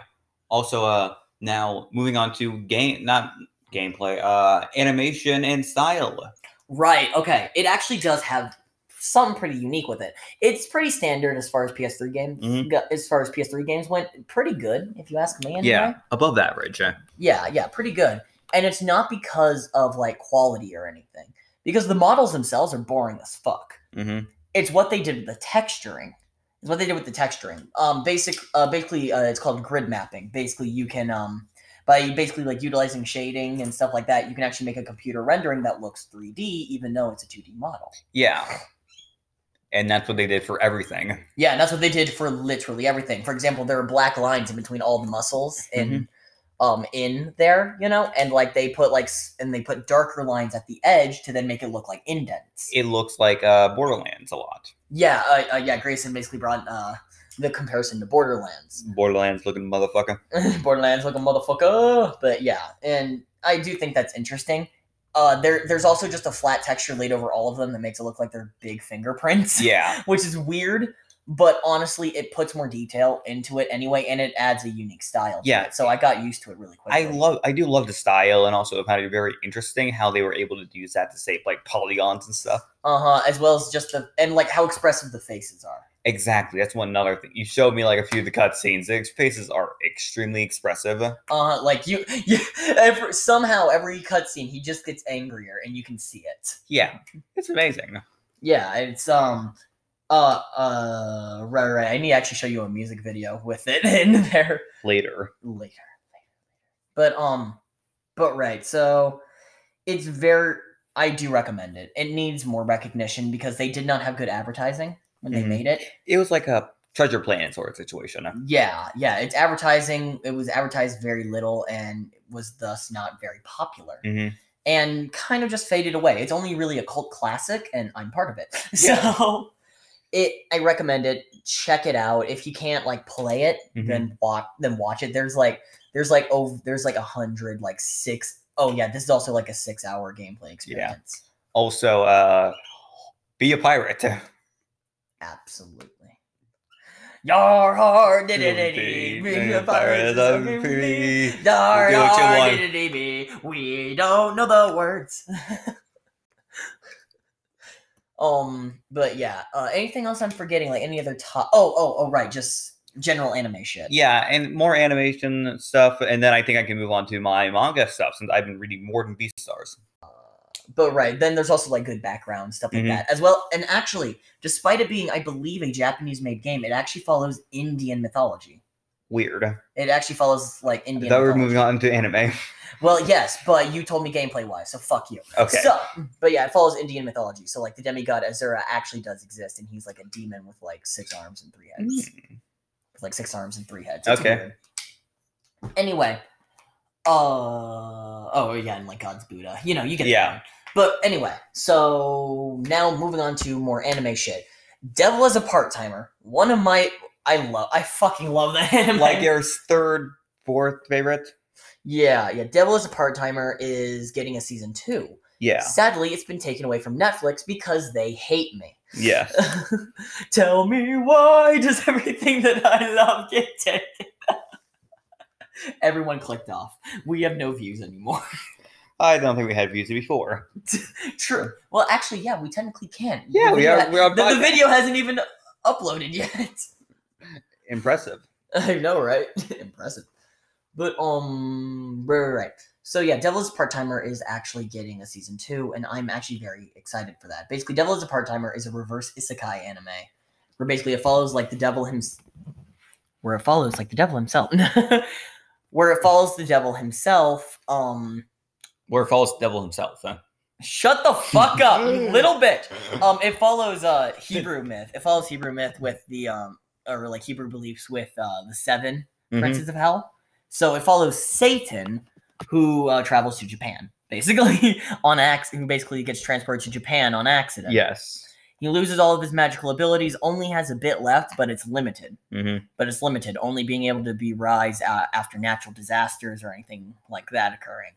S2: also uh now moving on to game not gameplay uh animation and style
S1: Right. Okay. It actually does have something pretty unique with it. It's pretty standard as far as PS3 games
S2: Mhm.
S1: go, as far as PS3 games went. Pretty good, if you ask me. Anyway.
S2: above average uh,
S1: Yeah, yeah, pretty good. And it's not because of like quality or anything, because the models themselves are boring as fuck.
S2: mhm.
S1: It's what they did with the texturing. It's what they did with the texturing. Um, basic, uh, basically, uh, it's called grid mapping. Basically, you can um, by basically like utilizing shading and stuff like that, you can actually make a computer rendering that looks 3D, even though it's a 2D model.
S2: yeah and that's what they did for everything
S1: Yeah, and that's what they did for literally everything. For example, there are black lines in between all the muscles in um in there, you know, and like they put like s- and they put darker lines at the edge to then make it look like indents.
S2: it looks like uh borderlands a lot
S1: yeah, uh, uh, yeah. Grayson basically brought uh the comparison to Borderlands.
S2: borderlands looking motherfucker
S1: Borderlands like a motherfucker, but yeah, and I do think that's interesting. Uh, there, there's also just a flat texture laid over all of them that makes it look like they're big fingerprints.
S2: yeah
S1: which is weird. But honestly, it puts more detail into it anyway, and it adds a unique style. to
S2: Yeah.
S1: it, so I got used to it really quickly.
S2: i love i do love the style and also found it very interesting how they were able to use that to save like polygons and stuff
S1: uh huh, as well as just the and like how expressive the faces are.
S2: exactly that's one another thing you showed me like a few of the cutscenes the faces are extremely expressive
S1: Uh huh, like you, you every, somehow every cutscene he just gets angrier, and you can see it.
S2: yeah it's amazing
S1: Yeah, it's um, uh, uh, right, right. I need to actually show you a music video with it in there.
S2: later
S1: later. But um, but right, so it's very. I do recommend it. It needs more recognition because they did not have good advertising when they
S2: Mhm.
S1: made it.
S2: it was like a treasure planet sort of situation.
S1: Yeah, yeah. It's advertising. It was advertised very little and was thus not very popular
S2: Mm-hmm.
S1: and kind of just faded away. It's only really a cult classic, and I'm part of it. So it, I recommend it. Check it out. If you can't like play it,
S2: Mhm.
S1: then watch then watch it. There's like there's like oh there's like a hundred like six oh yeah, this is also like a six hour gameplay experience.
S2: Also, uh, be a pirate.
S1: Absolutely. Yar har did
S2: Be a
S1: it
S2: pirate of the sea.
S1: Dar,
S2: Do what you
S1: dar,
S2: want.
S1: dee-dee-dee-dee. We don't know the words. um, but yeah. Uh, anything else I'm forgetting? Like any other top? Oh, oh, oh, right. Just general anime shit.
S2: Yeah, and more animation stuff, and then I think I can move on to my manga stuff since I've been reading more than Beastars.
S1: But right, then there's also like good background stuff like
S2: Mhm.
S1: that as well. And actually, despite it being, I believe, a Japanese-made game, it actually follows Indian mythology.
S2: Weird.
S1: It actually follows like
S2: I
S1: Indian.
S2: thought we were
S1: mythology.
S2: moving on to anime.
S1: Well, yes, but you told me gameplay-wise, so fuck you.
S2: Okay.
S1: So, but yeah, it follows Indian mythology. So, like, the demigod Azura actually does exist, and he's like a demon with like six arms and three heads. With, like six arms and three heads. It's
S2: Hmm. Okay.
S1: weird. Anyway, uh, oh yeah, and like God's Buddha. You know, you get the
S2: Yeah.
S1: point. But anyway, so now moving on to more anime shit. Devil as a part timer. One of my I love I fucking love that anime.
S2: like your third, fourth favorite.
S1: yeah, yeah. Devil as a part timer is getting a season two.
S2: Yeah.
S1: Sadly, it's been taken away from Netflix because they hate me.
S2: Yeah.
S1: Tell me why does everything that I love get taken? Everyone clicked off. We have no views anymore.
S2: I don't think we had views before.
S1: True. Well, actually, yeah, we technically can.
S2: Yeah, we are. We are
S1: The, the
S2: podcast-
S1: video hasn't even uploaded yet.
S2: impressive.
S1: I know, right? Impressive. But um, right, right, right. So yeah, Devil's Part Timer is actually getting a season two, and I'm actually very excited for that. Basically, Devil is a Part Timer is a reverse isekai anime, where basically it follows like the devil himself, where it follows like the devil himself, where it follows the devil himself. Um,
S4: Where falls devil himself, huh?
S1: shut the fuck up, you little bitch.
S2: Mm-hmm.
S1: Um, it follows uh Hebrew myth. It follows Hebrew myth with the um or like Hebrew beliefs with uh the seven
S2: Mhm.
S1: princes of hell. So it follows Satan, who uh, travels to Japan, basically on ax, who basically gets transported to Japan on accident.
S2: Yes.
S1: he loses all of his magical abilities, only has a bit left, but it's limited.
S2: Mhm.
S1: But it's limited, only being able to be rise uh, after natural disasters or anything like that occurring.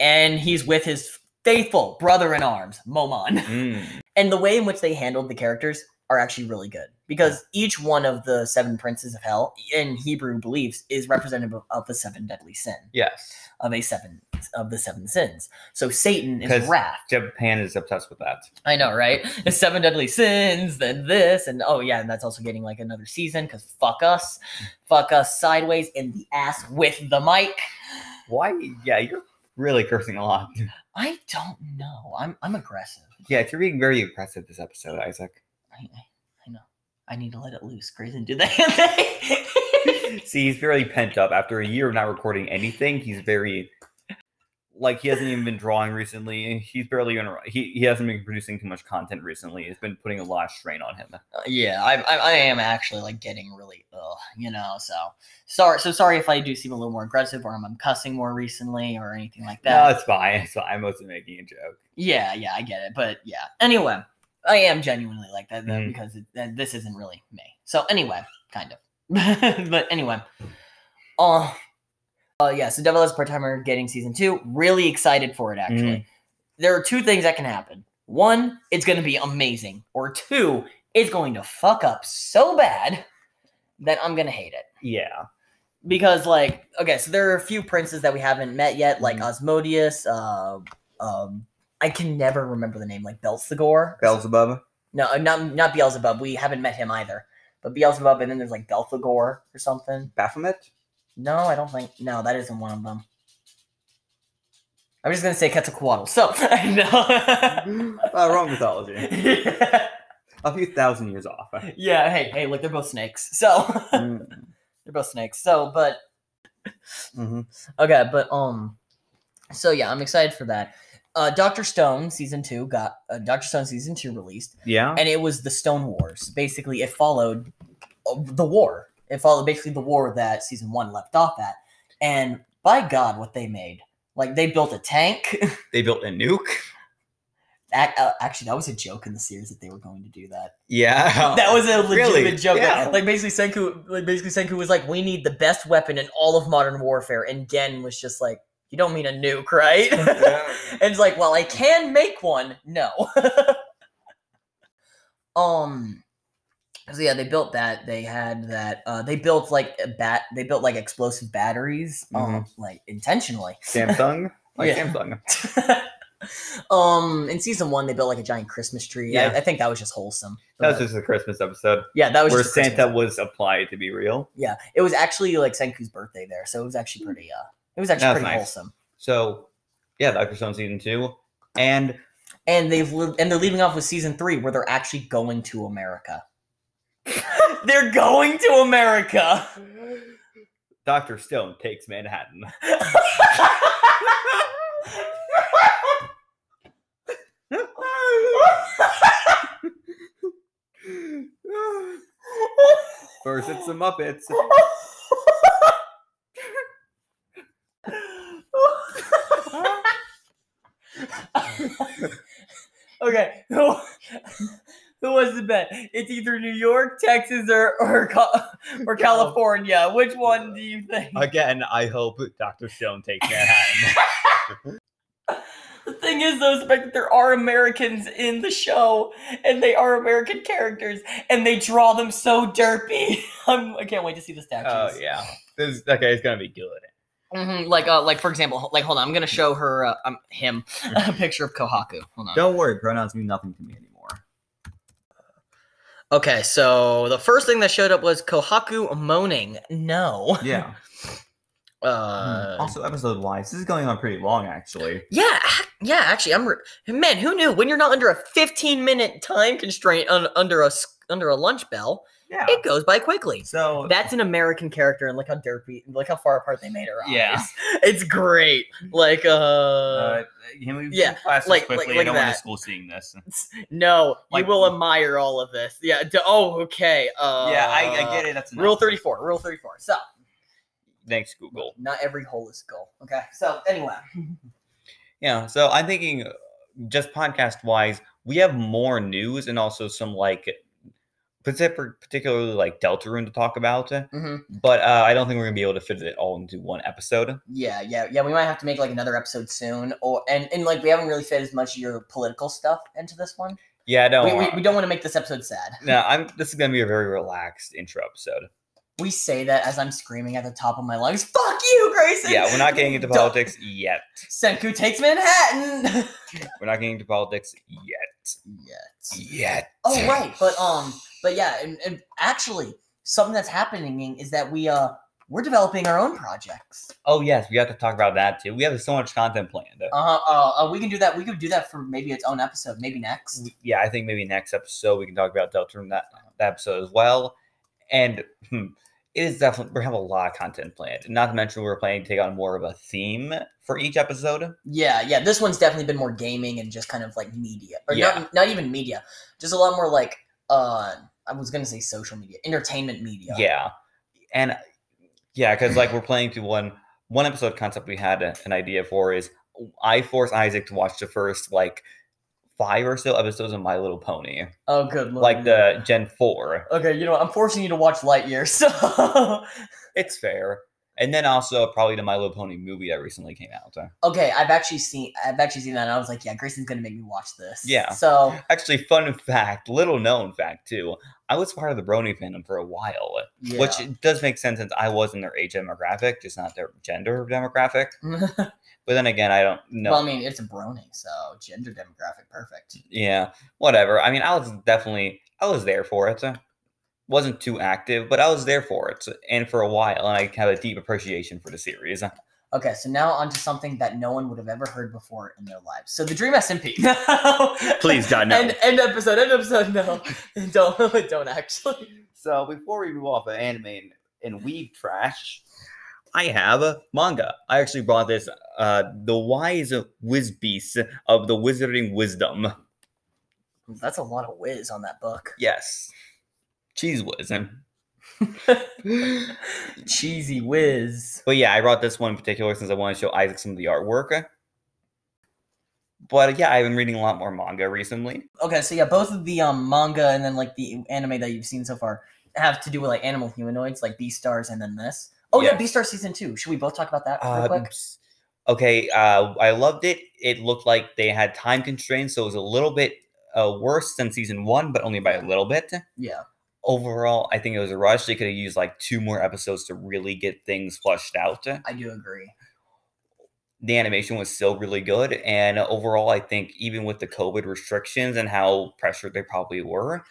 S1: And he's with his faithful brother in arms, Momon.
S2: Mm.
S1: And the way in which they handled the characters are actually really good because each one of the seven princes of hell in Hebrew beliefs is representative of the seven deadly sin
S2: Yes.
S1: of a seven of the seven sins. So Satan is
S2: 'Cause-
S1: wrath.
S2: Japan is obsessed with that.
S1: I know, right? The seven deadly sins, then this, and oh yeah, and that's also getting like another season because fuck us, fuck us sideways in the ass with the mic.
S2: Why? Yeah, you're really cursing a lot.
S1: I don't know. I'm I'm aggressive.
S2: Yeah, if you're being very aggressive this episode, Isaac.
S1: I, I, I know. I need to let it loose. Grayson did that.
S2: See, he's very pent up after a year of not recording anything. He's very like he hasn't even been drawing recently. He's barely even he, he hasn't been producing too much content recently. It's been putting a lot of strain on him.
S1: Uh, yeah, I, I, I am actually like getting really ill, you know. So sorry, so sorry if I do seem a little more aggressive or I'm, I'm cussing more recently or anything like
S2: No,
S1: that.
S2: it's fine. It's fine. I'm mostly making a joke.
S1: yeah, yeah, I get it, but yeah. Anyway, I am genuinely like that though
S2: Mhm.
S1: because it, that, this isn't really me. So anyway, kind of, but anyway, uh, uh, yeah. So Devil Has Part Timer getting season two. Really excited for it. Actually, there are two things that can happen. One, it's going to be amazing, or two, it's going to fuck up so bad that I'm going to hate it.
S2: Yeah.
S1: Because, like, okay, so there are a few princes that we haven't met yet, like Osmodius. Uh, um, I can never remember the name, like Belphegor.
S2: Beelzebub.
S1: no, uh, not not Beelzebub. We haven't met him either. But Beelzebub, and then there's like Belphegor or something.
S2: Baphomet?
S1: No, I don't think. No, that isn't one of them. I'm just gonna say Quetzalcoatl. So I know.
S2: uh, wrong mythology. A few thousand years off.
S1: Yeah, hey, hey, look, they're both snakes. So
S2: Mm,
S1: they're both snakes. So, but
S2: mhm.
S1: okay, but um, so yeah, I'm excited for that. Uh, Doctor Stone season two got uh, Doctor Stone season two released,
S2: Yeah.
S1: and it was the Stone Wars. Basically, it followed uh, the war. It followed basically the war that season one left off at, and by God, what they made! Like they built a tank.
S2: They built a nuke.
S1: Ac- uh, Actually, that was a joke in the series that they were going to do that.
S2: Yeah.
S1: That was a legitimate
S2: Really?
S1: joke.
S2: Yeah.
S1: Like basically Senku like basically Senku was like, We need the best weapon in all of modern warfare and Gen was just like, You don't mean a nuke, right?
S2: Yeah.
S1: and it's like, Well, I can make one. No. um so yeah, they built that. They had that. Uh, they built like a bat. They built like explosive batteries, um,
S2: Mm-hmm.
S1: like intentionally.
S2: Samsung? Like
S1: Yeah.
S2: Samsung.
S1: um, in season one, they built like a giant Christmas tree. I-
S2: Yeah.
S1: I, think that was just wholesome.
S2: That was
S1: But-
S2: just a Christmas episode
S1: yeah, that was
S2: where
S1: just a Christmas
S2: Santa was applied to be real.
S1: Yeah, it was actually like Senku's birthday there, so it was actually pretty. Uh, it was actually
S2: That was
S1: pretty
S2: nice.
S1: wholesome.
S2: So, yeah, Doctor Stone season two, and
S1: And they've li- and they're leaving off with season three, where they're actually going to America. they're going to America.
S2: Doctor Stone takes Manhattan. First, it's the Muppets.
S1: okay. Who wants to bet? It's either New York, Texas, or or, Ca- or California. Which one do you think?
S5: Again, I hope Dr. Stone takes Manhattan.
S1: The thing is, though, is the fact that there are Americans in the show, and they are American characters, and they draw them so derpy. I'm, I can't wait to see the statues.
S5: oh yeah, this is, okay. It's gonna be good.
S1: Mhm, Like, uh, like for example, ho- like hold on, I'm gonna show her, uh, um, him, a picture of Kohaku. Hold on.
S2: Don't worry, pronouns mean nothing to me anymore.
S1: Okay, so the first thing that showed up was Kohaku moaning. No.
S2: Yeah.
S1: Uh,
S2: also, episode wise, this is going on pretty long, actually.
S1: Yeah, ac- yeah. Actually, I'm. Re- Man, who knew? When you're not under a 15 minute time constraint on, under a s- under a lunch bell,
S2: Yeah.
S1: it goes by quickly.
S2: So
S1: That's an American character, and look how derpy, look how far apart they made her eyes.
S2: Yeah.
S1: it's great. Like, uh,
S2: uh, can we
S1: yeah,
S2: class this
S1: like-
S2: quickly?
S1: like- like
S2: I don't want
S1: that.
S2: the school seeing this.
S1: no,
S2: like-
S1: you will admire all of this. Yeah. d- oh, okay. Uh,
S2: yeah, I, I get it. That's enough.
S1: Rule 34. Rule 34. So,
S2: Thanks, Google.
S1: not every hole is goal. Okay. So anyway,
S2: Yeah, so I'm thinking, uh, just podcast wise, we have more news and also some like partic- particularly like Deltarune to talk about.
S1: Mhm.
S2: But uh, I don't think we're gonna be able to fit it all into one episode.
S1: yeah, yeah, yeah. We might have to make like another episode soon, or and and like we haven't really fit as much of your political stuff into this one.
S2: Yeah, I don't.
S1: we, we,
S2: want-
S1: we don't want to make this episode sad.
S2: no, I'm. This is gonna be a very relaxed intro episode.
S1: We say that as I'm screaming at the top of my lungs. Fuck you, Grayson.
S2: Yeah, we're not getting into
S1: Don't-
S2: politics yet.
S1: Senku takes Manhattan.
S2: We're not getting into politics yet.
S1: Yet.
S2: Yet.
S1: Oh right, but um, but yeah, and, and actually, something that's happening is that we uh we're developing our own projects.
S2: Oh yes, we have to talk about that too. We have so much content planned.
S1: Uh, uh, uh we can do that. We could do that for maybe its own episode, maybe next.
S2: yeah, I think maybe next episode we can talk about Deltarune that, that episode as well. And hmm, it is definitely we have a lot of content planned. Not to mention we're planning to take on more of a theme for each episode.
S1: Yeah, yeah. This one's definitely been more gaming and just kind of like media, or
S2: Yeah.
S1: not not even media, just a lot more like uh, I was gonna say social media, entertainment media.
S2: Yeah, and yeah, because like we're planning to one one episode concept we had a- an idea for is I force Isaac to watch the first like five or so episodes of My Little Pony,
S1: Oh, good. Lord,
S2: like
S1: yeah.
S2: the Gen Four.
S1: Okay, you know, what, I'm forcing you to watch Lightyear, so
S2: It's fair. And then also probably the My Little Pony movie that recently came out.
S1: okay. I've actually seen, I've actually seen that, and I was like, yeah, Grayson's gonna make me watch this.
S2: Yeah.
S1: So
S2: Actually, fun fact, little known fact too. I was part of the Brony fandom for a while,
S1: yeah.
S2: which does make sense since I was in their age demographic, just not their gender demographic.
S1: well,
S2: But then again, I don't know.
S1: I mean, it's a brony, so gender demographic, perfect.
S2: yeah, whatever. I mean, I was definitely I was there for it. Wasn't too active, but I was there for it, and for a while, and I have a deep appreciation for the series.
S1: Okay, so now onto something that no one would have ever heard before in their lives. So the Dream SMP. No.
S5: Please, God, no.
S1: End, end episode. End episode. No, don't don't actually.
S2: So before we move off of anime and, and weeb trash, I have a manga. I actually brought this, uh, The Wise Wiz Beast of the Wizarding Wisdom.
S1: That's a lot of whiz on that book.
S2: Yes. Cheese Whiz.
S1: Cheesy whiz.
S2: But yeah, I brought this one in particular since I want to show Isaac some of the artwork. But yeah, I've been reading a lot more manga recently.
S1: okay so yeah both of the um manga and then like the anime that you've seen so far have to do with like animal humanoids like beastars and then this oh yeah
S2: Yes.
S1: beastar season two should we both talk about that real
S2: Uh,
S1: quick
S2: s- okay, uh, I loved it. It looked like they had time constraints, so it was a little bit uh, worse than season one, but only by a little bit.
S1: yeah
S2: Overall, I think it was a rush. They could have used like two more episodes to really get things flushed out.
S1: i do agree
S2: The animation was still really good, and overall, I think even with the COVID restrictions and how pressured they probably were,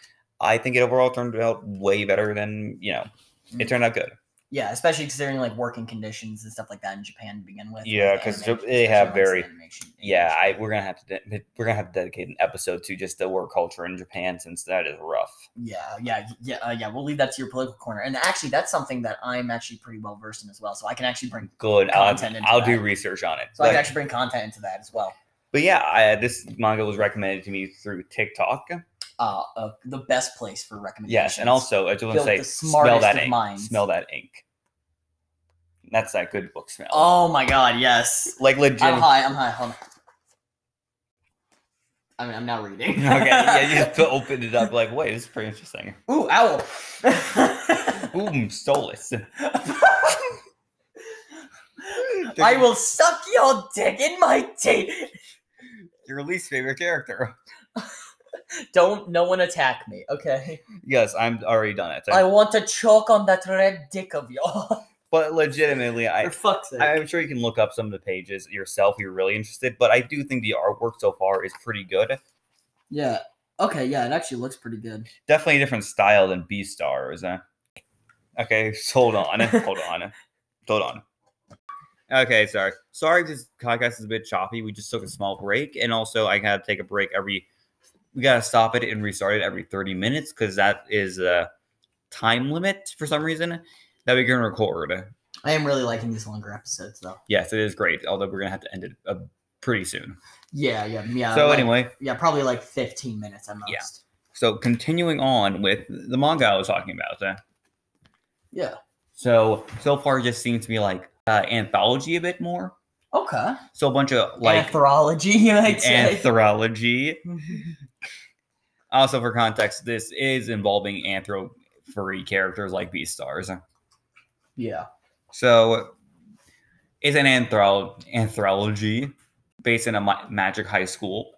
S2: I think it overall turned out way better than you know. It
S1: Mm.
S2: turned out good.
S1: yeah especially considering like working conditions and stuff like that in japan to begin with
S2: Yeah,
S1: like,
S2: 'cause
S1: animation,
S2: they have
S1: especially
S2: very-
S1: once animation
S2: Yeah,
S1: animation.
S2: I, we're gonna have to de- we're gonna have to dedicate an episode to just the work culture in Japan since that is rough.
S1: yeah yeah yeah uh, yeah we'll leave that to your political corner and actually that's something that i'm actually pretty well versed in as well so i can actually bring
S2: Good, I'll,
S1: Content into
S2: I'll do
S1: that.
S2: research on it.
S1: so i
S2: But-
S1: can actually bring content into that as well
S2: but yeah, I, this manga was recommended to me through TikTok.
S1: uh, uh the best place for recommendations
S2: Yes, and also I just want to
S1: Built
S2: say,
S1: the
S2: smell
S1: smartest
S2: that
S1: of
S2: ink.
S1: minds.
S2: Smell that ink. That's that good book smell.
S1: oh my god yes
S2: like legit.
S1: I'm high. I'm high. Hold on. I mean, I'm now reading.
S2: Okay, yeah, you just opened it up like, wait, this is pretty interesting.
S1: Ooh, owl.
S2: Boom, Stolas.
S6: I will suck your dick in my teeth.
S2: Your least favorite character.
S6: Don't no one attack me, okay?
S2: Yes, I'm already done it.
S6: I want to choke on that red dick of yours.
S2: but legitimately, I,
S1: For fuck's sake.
S2: I'm sure you can look up some of the pages yourself if you're really interested, but I do think the artwork so far is pretty good.
S1: yeah. Okay, yeah, it actually looks pretty good.
S2: Definitely a different style than Beastars. Huh? Okay, so hold on. hold on. Hold on. Okay, sorry. Sorry if this podcast is a bit choppy. We just took a small break, and also I gotta take a break every. We gotta stop it and restart it every thirty minutes because that is a time limit for some reason that we can record.
S1: I am really liking these longer episodes, though.
S2: Yes, it is great. Although we're gonna have to end it uh, pretty soon.
S1: Yeah, yeah, yeah.
S2: so
S1: like-
S2: anyway,
S1: yeah, probably like 15 minutes at most.
S2: Yeah. so continuing on with the manga I was talking about. uh,
S1: Yeah.
S2: So so far, it just seems to be like uh, anthology a bit more.
S1: Okay.
S2: So a bunch of like
S1: Anthrology, you might say.
S2: anthrology. Also, for context, this is involving anthro furry characters like Beastars.
S1: yeah.
S2: So it's an anthro- anthology based in a ma- magic high school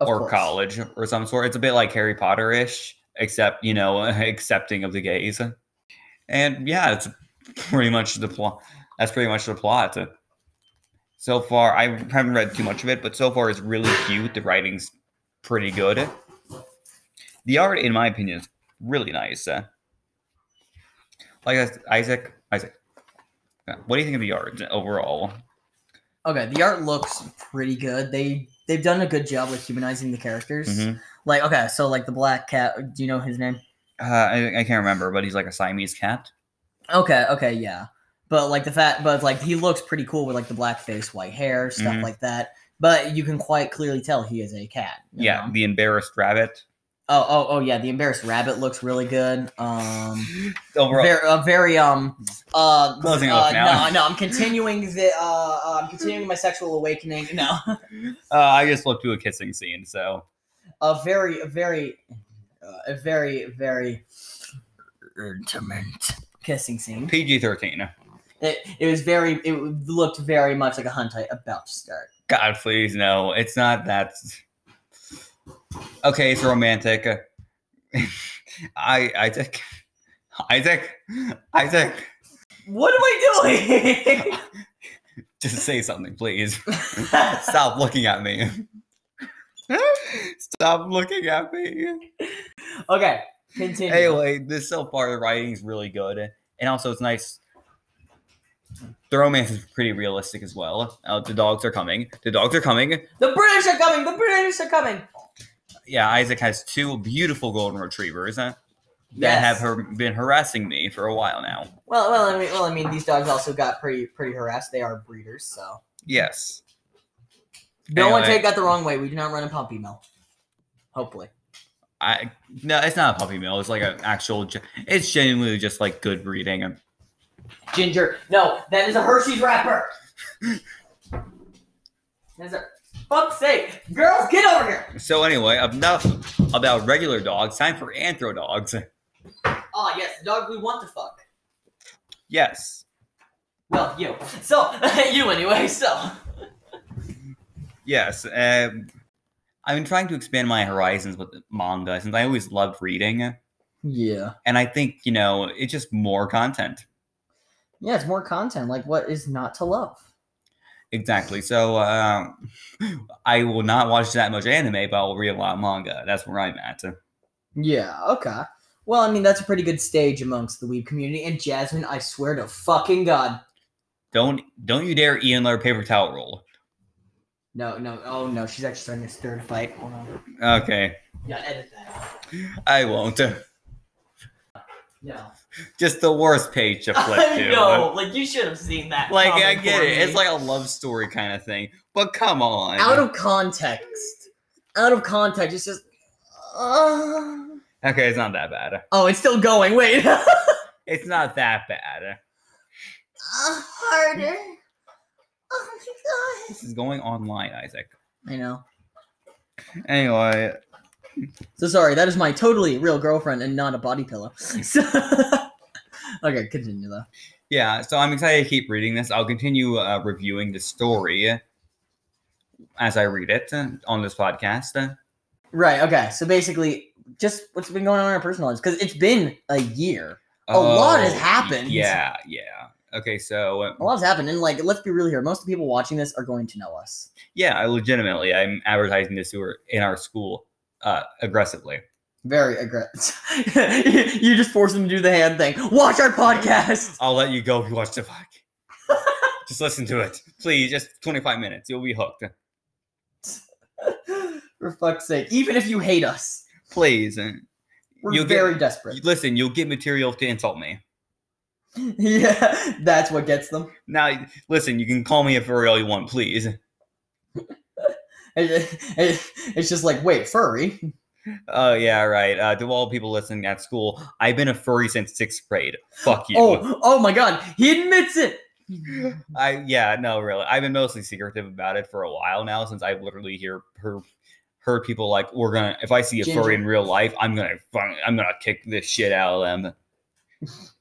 S1: Of
S2: or
S1: course.
S2: college or some sort. It's a bit like Harry Potter ish, except, you know, accepting of the gays. And yeah, it's pretty much the plot. That's pretty much the plot. So far, I haven't read too much of it, but so far it's really cute. The writing's pretty good. The art, in my opinion, is really nice. Uh, Like I s- Isaac, Isaac, uh, what do you think of the art overall?
S1: Okay, the art looks pretty good. They they've done a good job with humanizing the characters.
S2: Mhm.
S1: Like okay, so like the black cat, do you know his name?
S2: Uh, I, I can't remember, but he's like a Siamese cat.
S1: Okay, okay, yeah. But like the fact, but like he looks pretty cool with like the black face, white hair, stuff
S2: Mhm.
S1: like that. But you can quite clearly tell he is a cat. you
S2: Yeah,
S1: know?
S2: the embarrassed rabbit.
S1: Oh, oh, oh, yeah. The embarrassed rabbit looks really good. Um,
S2: Overall,
S1: very, uh, very um, uh,
S2: Closing
S1: uh,
S2: off now.
S1: No, no, I'm continuing the, uh, uh, I'm continuing my sexual awakening. No,
S2: uh, I just looked to a kissing scene, so
S1: a very, a very, uh, a very, very intimate kissing scene.
S2: PG thirteen.
S1: It, it was very, it looked very much like a hunt I about to start.
S2: God, please no, it's not that. Okay, it's romantic. I Isaac, Isaac, Isaac,
S6: What am I doing?
S2: just say something, please. Stop looking at me. Stop looking at me.
S1: Okay, continue.
S2: Anyway, this so far the writing's really good, and also it's nice. The romance is pretty realistic as well. Uh, the dogs are coming. The dogs are coming.
S6: the British are coming! The British are coming!
S2: Yeah, Isaac has two beautiful golden retrievers uh, that
S1: Yes.
S2: have her- been harassing me for a while now.
S1: Well, well, I mean, well, I mean, these dogs also got pretty, pretty harassed. They are breeders, so
S2: Yes.
S1: don't want to
S2: Anyway,
S1: take that the wrong way. We do not run a puppy mill. Hopefully.
S2: I no, it's not a puppy mill. It's like an actual. ge- It's genuinely just like good breeding.
S1: Ginger. No, that is a Hershey's wrapper. That is a fuck's sake. Girls, get over here.
S2: So anyway, enough about regular dogs. Time for anthro dogs.
S1: Ah, yes, the dog we want to fuck.
S2: Yes.
S1: Well, you. So, you anyway, so.
S2: Yes. Um, I've been trying to expand my horizons with manga since I always loved reading.
S1: Yeah.
S2: And I think, you know, it's just more content.
S1: Yeah, it's more content. Like, what is not to love?
S2: Exactly. So um, I will not watch that much anime, but I'll read a lot of manga. That's where I'm at.
S1: Yeah, okay. Well, I mean, that's a pretty good stage amongst the weeb community. And Jasmine, I swear to fucking God.
S2: Don't don't you dare Ian Lair paper towel roll.
S1: No, no, oh no, she's actually starting to stir to fight. Hold on.
S2: Okay.
S1: Yeah, edit that. out.
S2: I won't.
S1: No.
S2: Just the worst page to flip
S6: I
S2: to.
S6: know, like you should have seen that.
S2: Like
S6: coming
S2: I get
S6: for
S2: it.
S6: me.
S2: It's like a love story kind of thing. But come on.
S1: Out of context. Out of context, it's just. Uh,
S2: okay, it's not that bad.
S1: oh, it's still going. Wait. Uh,
S2: It's not that bad.
S1: harder. Oh my god.
S2: This is going online, Isaac.
S1: I know.
S2: Anyway,
S1: So sorry, that is my totally real girlfriend and not a body pillow. So okay, continue though.
S2: yeah. So I'm excited to keep reading this. I'll continue uh, reviewing the story as I read it uh, on this podcast.
S1: Right. Okay. So basically, just what's been going on in our personal lives because it's been a year.
S2: A
S1: lot has happened.
S2: Oh, Yeah, yeah. Okay, so uh,
S1: A lot's happened, and like, let's be real here. Most of the people watching this are going to know us.
S2: yeah, I legitimately I'm advertising this to our- in our school uh, aggressively.
S1: Very aggressive. you just force them to do the hand thing. Watch our podcast.
S2: I'll let you go if you watch the fuck. just listen to it, please. Just 25 minutes, you'll be hooked.
S1: For fuck's sake, even if you hate us,
S2: Please, uh,
S1: we're
S2: You'll get-
S1: very desperate.
S2: listen. You'll get material to insult me.
S1: yeah, that's what gets them.
S2: Now, listen. You can call me a furry all you want, please.
S1: It- it- it's just like, wait, furry.
S2: Oh yeah, right. Uh, to all people listening at school, I've been a furry since sixth grade. Fuck you.
S1: Oh, oh my god, he admits it.
S2: I yeah, no, really. I've been mostly secretive about it for a while now since I've literally hear her heard people like we're gonna if I see a
S1: Ginger.
S2: furry in real life, I'm gonna fun- I'm gonna kick this shit out of them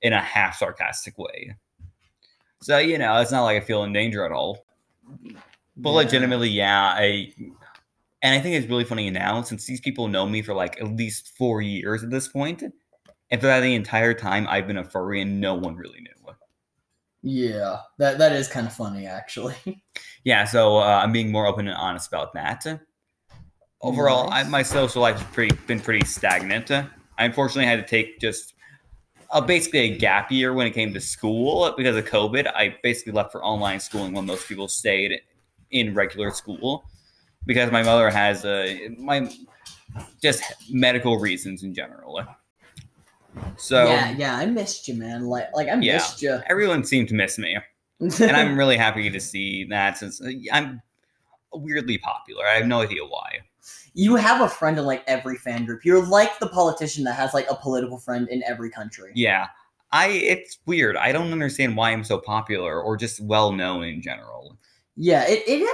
S2: in a half sarcastic way. So you know, it's not like I feel in danger at all. But
S1: Yeah.
S2: legitimately, yeah, I and I think it's really funny now since these people know me for like at least four years at this point, and for that the entire time I've been a furry and no one really knew.
S1: Yeah, that that is kind of funny actually.
S2: yeah so uh, i'm being more open and honest about that overall I,
S1: Nice.
S2: my social life has pretty been pretty stagnant i unfortunately had to take just uh, basically a gap year when it came to school because of covid i basically left for online schooling when most people stayed in regular school because my mother has uh, my just medical reasons in general so
S1: yeah, yeah, I missed you, man. Like, like I
S2: Yeah.
S1: missed you.
S2: everyone seemed to miss me and I'm really happy to see that since uh, I'm weirdly popular. I have no idea why.
S1: you have a friend in like every fan group. You're like the politician that has like a political friend in every country.
S2: Yeah, I it's weird. I don't understand why I'm so popular or just well known in general.
S1: Yeah, it it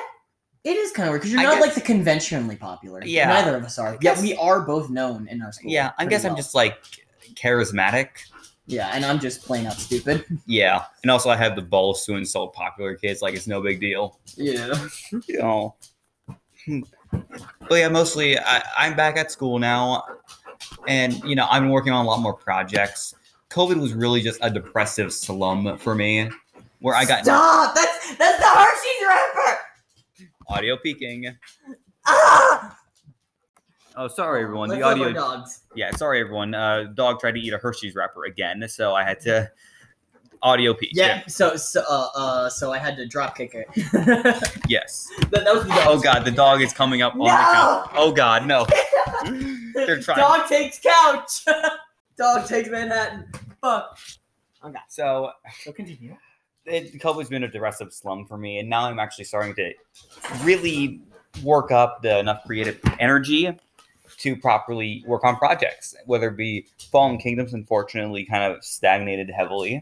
S1: it is kind of weird because you're
S2: I
S1: not like
S2: guess-
S1: the conventionally popular.
S2: Yeah.
S1: neither of us are.
S2: guess-
S1: Yet we are both known in our school.
S2: Yeah, I
S1: pretty
S2: guess I'm
S1: well.
S2: just like charismatic.
S1: yeah, and I'm just plain out stupid.
S2: Yeah, and also I have the balls to insult popular kids like it's no big deal.
S1: Yeah,
S2: you know. But yeah, mostly I, I'm back at school now, and you know I'm working on a lot more projects. COVID was really just a depressive slum for me, where I got
S7: Stop! That's that's the Hershey's wrapper.
S2: audio peaking.
S7: Ah!
S2: Oh, sorry everyone.
S1: Let's
S2: The
S1: love our
S2: audio.
S1: dogs.
S2: Yeah, sorry everyone. Uh, dog tried to eat a Hershey's wrapper again, so I had to audio peak.
S1: Yeah, so so uh, uh so I had to drop kick it. that,
S2: Yes.
S1: that was the dog.
S2: Oh god, the dog is coming up on the
S7: No!
S2: couch. Oh god, no. They're trying.
S1: Dog takes couch. dog takes Manhattan. Fuck.
S2: So
S1: So continue.
S2: it, COVID's been a depressive slum for me, and now I'm actually starting to really work up the enough creative energy to properly work on projects, whether it be Fallen Kingdoms, unfortunately, kind of stagnated heavily.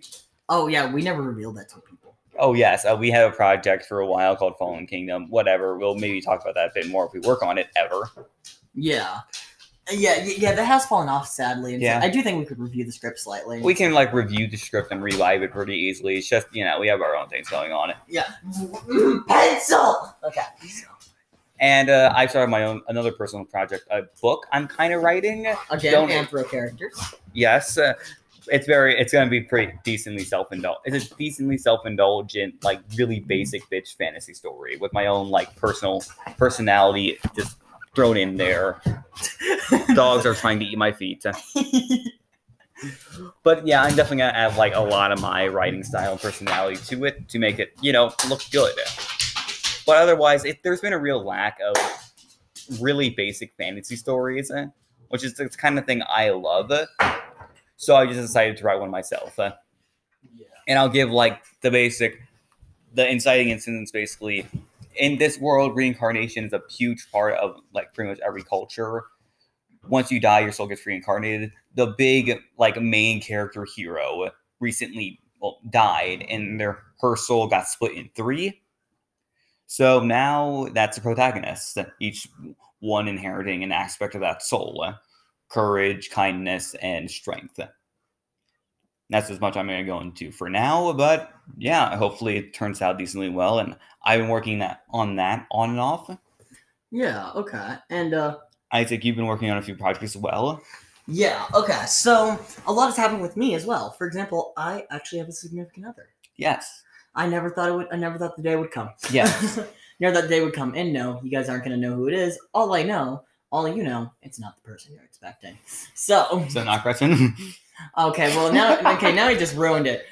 S1: Oh yeah, we never revealed that to people.
S2: Oh, yes, uh, we had a project for a while called Fallen Kingdom, whatever. We'll maybe talk about that a bit more if we work on it ever.
S1: Yeah. Yeah, y- yeah, that has fallen off sadly. and so-
S2: Yeah.
S1: I do think we could review the script slightly.
S2: We can like review the script and relive it pretty easily. It's just, you know, we have our own things going on.
S1: Yeah. Pencil. Okay.
S2: And uh, I've started my own, another personal project, a book I'm kind of writing.
S1: Again,
S2: Don't-
S1: anthro characters.
S2: yes uh, it's very it's gonna be pretty decently self-indulgent it's a decently self-indulgent like really basic bitch fantasy story with my own like personal personality just thrown in there dogs are trying to eat my feet but yeah i'm definitely gonna add like a lot of my writing style and personality to it to make it you know look good but otherwise it, there's been a real lack of really basic fantasy stories uh, which is the kind of thing i love so I just decided to write one myself. Uh, And I'll give like the basic, the inciting incidents basically. In this world, reincarnation is a huge part of like pretty much every culture. Once you die, your soul gets reincarnated. The big like main character hero recently well, died, and their her soul got split in three. So now that's the protagonist. Each one inheriting an aspect of that soul uh, courage, kindness, and strength. That's as much I'm going to go into for now, but yeah, hopefully it turns out decently well. And I've been working that on that on and off.
S1: Yeah, okay. And uh
S2: Isaac, you've been working on a few projects as well.
S1: Yeah, okay. So a lot has happened with me as well. For example, I actually have a significant other.
S2: Yes.
S1: I never thought it would I never thought the day would come.
S2: Yes.
S1: never thought the day would come. And no, you guys aren't gonna know who it is. All I know, all you know, it's not the person you're expecting. So
S2: So not Gretchen.
S1: okay, well now okay, now I just ruined it.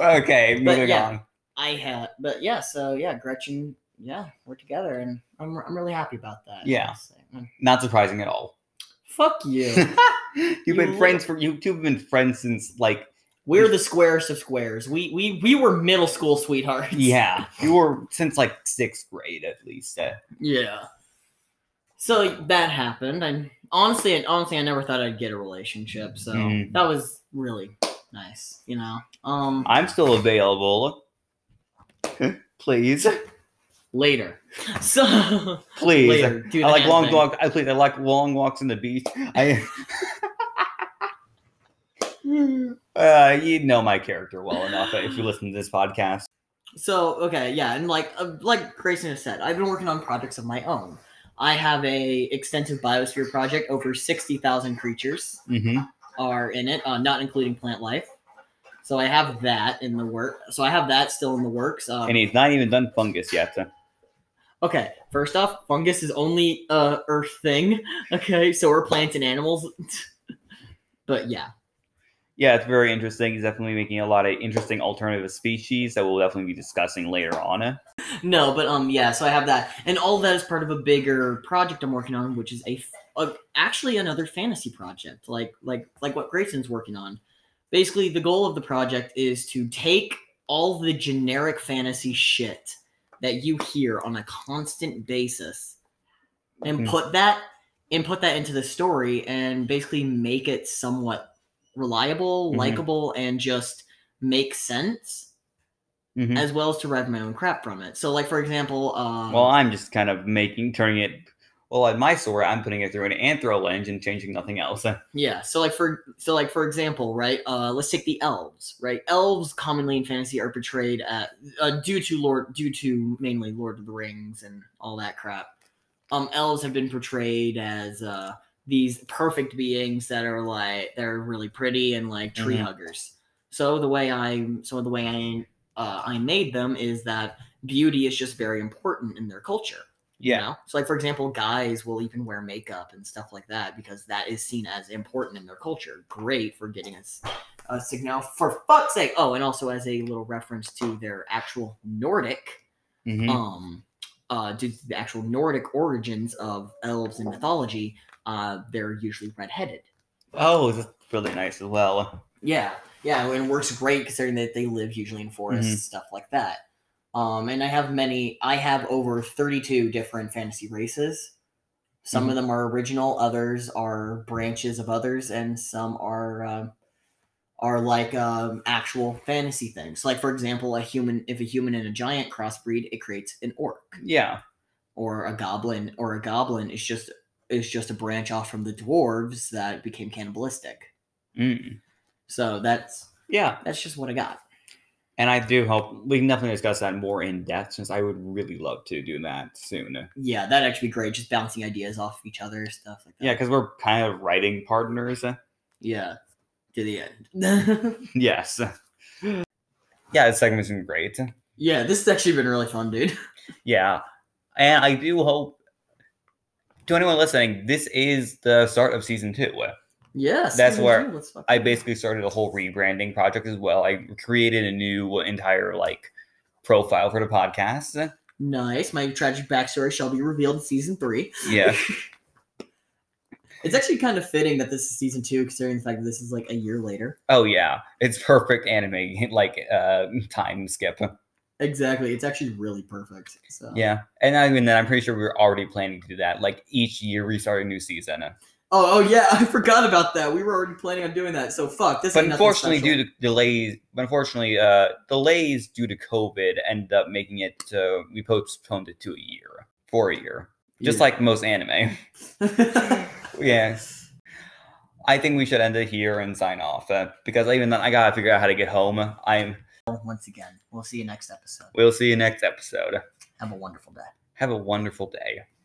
S2: okay,
S1: But
S2: moving
S1: yeah.
S2: on.
S1: I had but yeah, so yeah, Gretchen, yeah, we're together and I'm I'm really happy about that.
S2: Yeah.
S1: honestly. Mm.
S2: Not surprising at all.
S1: Fuck you.
S2: You've been
S1: You-
S2: friends for you two have been friends since like
S1: We're the squarest of squares. We we we were middle school sweethearts.
S2: yeah you were since like sixth grade at least. Uh,
S1: Yeah. So that happened. I honestly, and honestly, I never thought I'd get a relationship. So
S2: Mhm.
S1: that was really nice. You know. Um.
S2: I'm still available. please,
S1: later. So
S2: please.
S1: later. Do
S2: I like
S1: the
S2: long
S1: hand
S2: walk. I please. I like long walks on the beach. I. uh, you know my character well enough if you listen to this podcast.
S1: thing. So okay, yeah, and like uh, like Grayson has said, I've been working on projects of my own. I have a extensive biosphere project. Over sixty thousand creatures
S2: hmm
S1: are in it, uh, not including plant life. So I have that in the work. So I have that still in the works. Um,
S2: And he's not even done fungus yet.
S1: Okay, first off, fungus is only a uh, earth thing. Okay, so we're plants and animals. but yeah,
S2: Yeah, it's very interesting. He's definitely making a lot of interesting alternative species that we'll definitely be discussing later on.
S1: no, but um, yeah. So I have that, and all that is part of a bigger project I'm working on, which is a, f- a- actually another fantasy project, like like like what Grayson's working on. Basically, the goal of the project is to take all the generic fantasy shit that you hear on a constant basis and
S2: Mhm.
S1: put that and put that into the story and basically make it somewhat reliable,
S2: Mhm.
S1: likable, and just make sense.
S2: Mhm.
S1: As well as to rev my own crap from it. So, like for example, um,
S2: Well, I'm just kind of making, turning it. Well, at my story, I'm putting it through an anthro lens and changing nothing else.
S1: Yeah. So like for so like for example, right? Uh, let's take the elves, right? Elves commonly in fantasy are portrayed at, uh, due to Lord due to mainly Lord of the Rings and all that crap. Um, elves have been portrayed as uh, these perfect beings that are like they're really pretty and like tree
S2: Mhm.
S1: huggers. So the way I so the way I uh, I made them is that beauty is just very important in their culture you know? So like for example, guys will even wear makeup and stuff like that because that is seen as important in their culture. Great for getting us a signal for fuck's sake. Oh, and also as a little reference to their actual Nordic
S2: Mhm.
S1: um uh due to the actual Nordic origins of elves in mythology, uh they're usually redheaded.
S2: Oh, that's really nice as well.
S1: Yeah, yeah, and it works great considering that they live usually in forests, stuff like that. Um, and I have many. I have over thirty-two different fantasy races. Some of them are original, others are branches of others, and some are um are like um, actual fantasy things. Like for example, a human if a human and a giant crossbreed, it creates an orc
S2: Yeah.
S1: or a goblin, or a goblin is just is just a branch off from the dwarves that became cannibalistic.
S2: Mm.
S1: So that's
S2: Yeah.
S1: that's just what I got.
S2: And I do hope we can definitely discuss that more in depth since I would really love to do that soon.
S1: Yeah, that'd actually be great. Just bouncing ideas off each other, stuff like that.
S2: Yeah, because we're kind of writing partners.
S1: Yeah. To the end.
S2: Yes. Yeah, this segment's been great.
S1: yeah, this has actually been really fun, dude.
S2: Yeah. And I do hope to anyone listening, this is the start of season two.
S1: Yes.
S2: That's
S1: season
S2: where
S1: two, let's fuck
S2: I
S1: with it.
S2: basically started a whole rebranding project as well. I created a new entire like profile for the podcast.
S1: Nice. My tragic backstory shall be revealed in season three.
S2: Yeah.
S1: It's actually kind of fitting that this is season two, considering the fact that this is like a year later.
S2: oh yeah. It's perfect anime like uh time skip.
S1: Exactly. It's actually really perfect. So
S2: Yeah. And not even then I'm pretty sure we were already planning to do that. Like each year we start a new season.
S1: Oh, oh yeah, I forgot about that. We were already planning on doing that. So fuck. This
S2: but
S1: ain't nothing
S2: unfortunately,
S1: special.
S2: due to delays, but unfortunately, uh, delays due to COVID ended up making it uh, we postponed it to a year for a year. just like most anime. yeah. I think we should end it here and sign off uh, because even then I gotta figure out how to get home. I'm.
S1: Once again, we'll see you next episode.
S2: We'll see you next episode.
S1: Have a wonderful day.
S2: Have a wonderful day.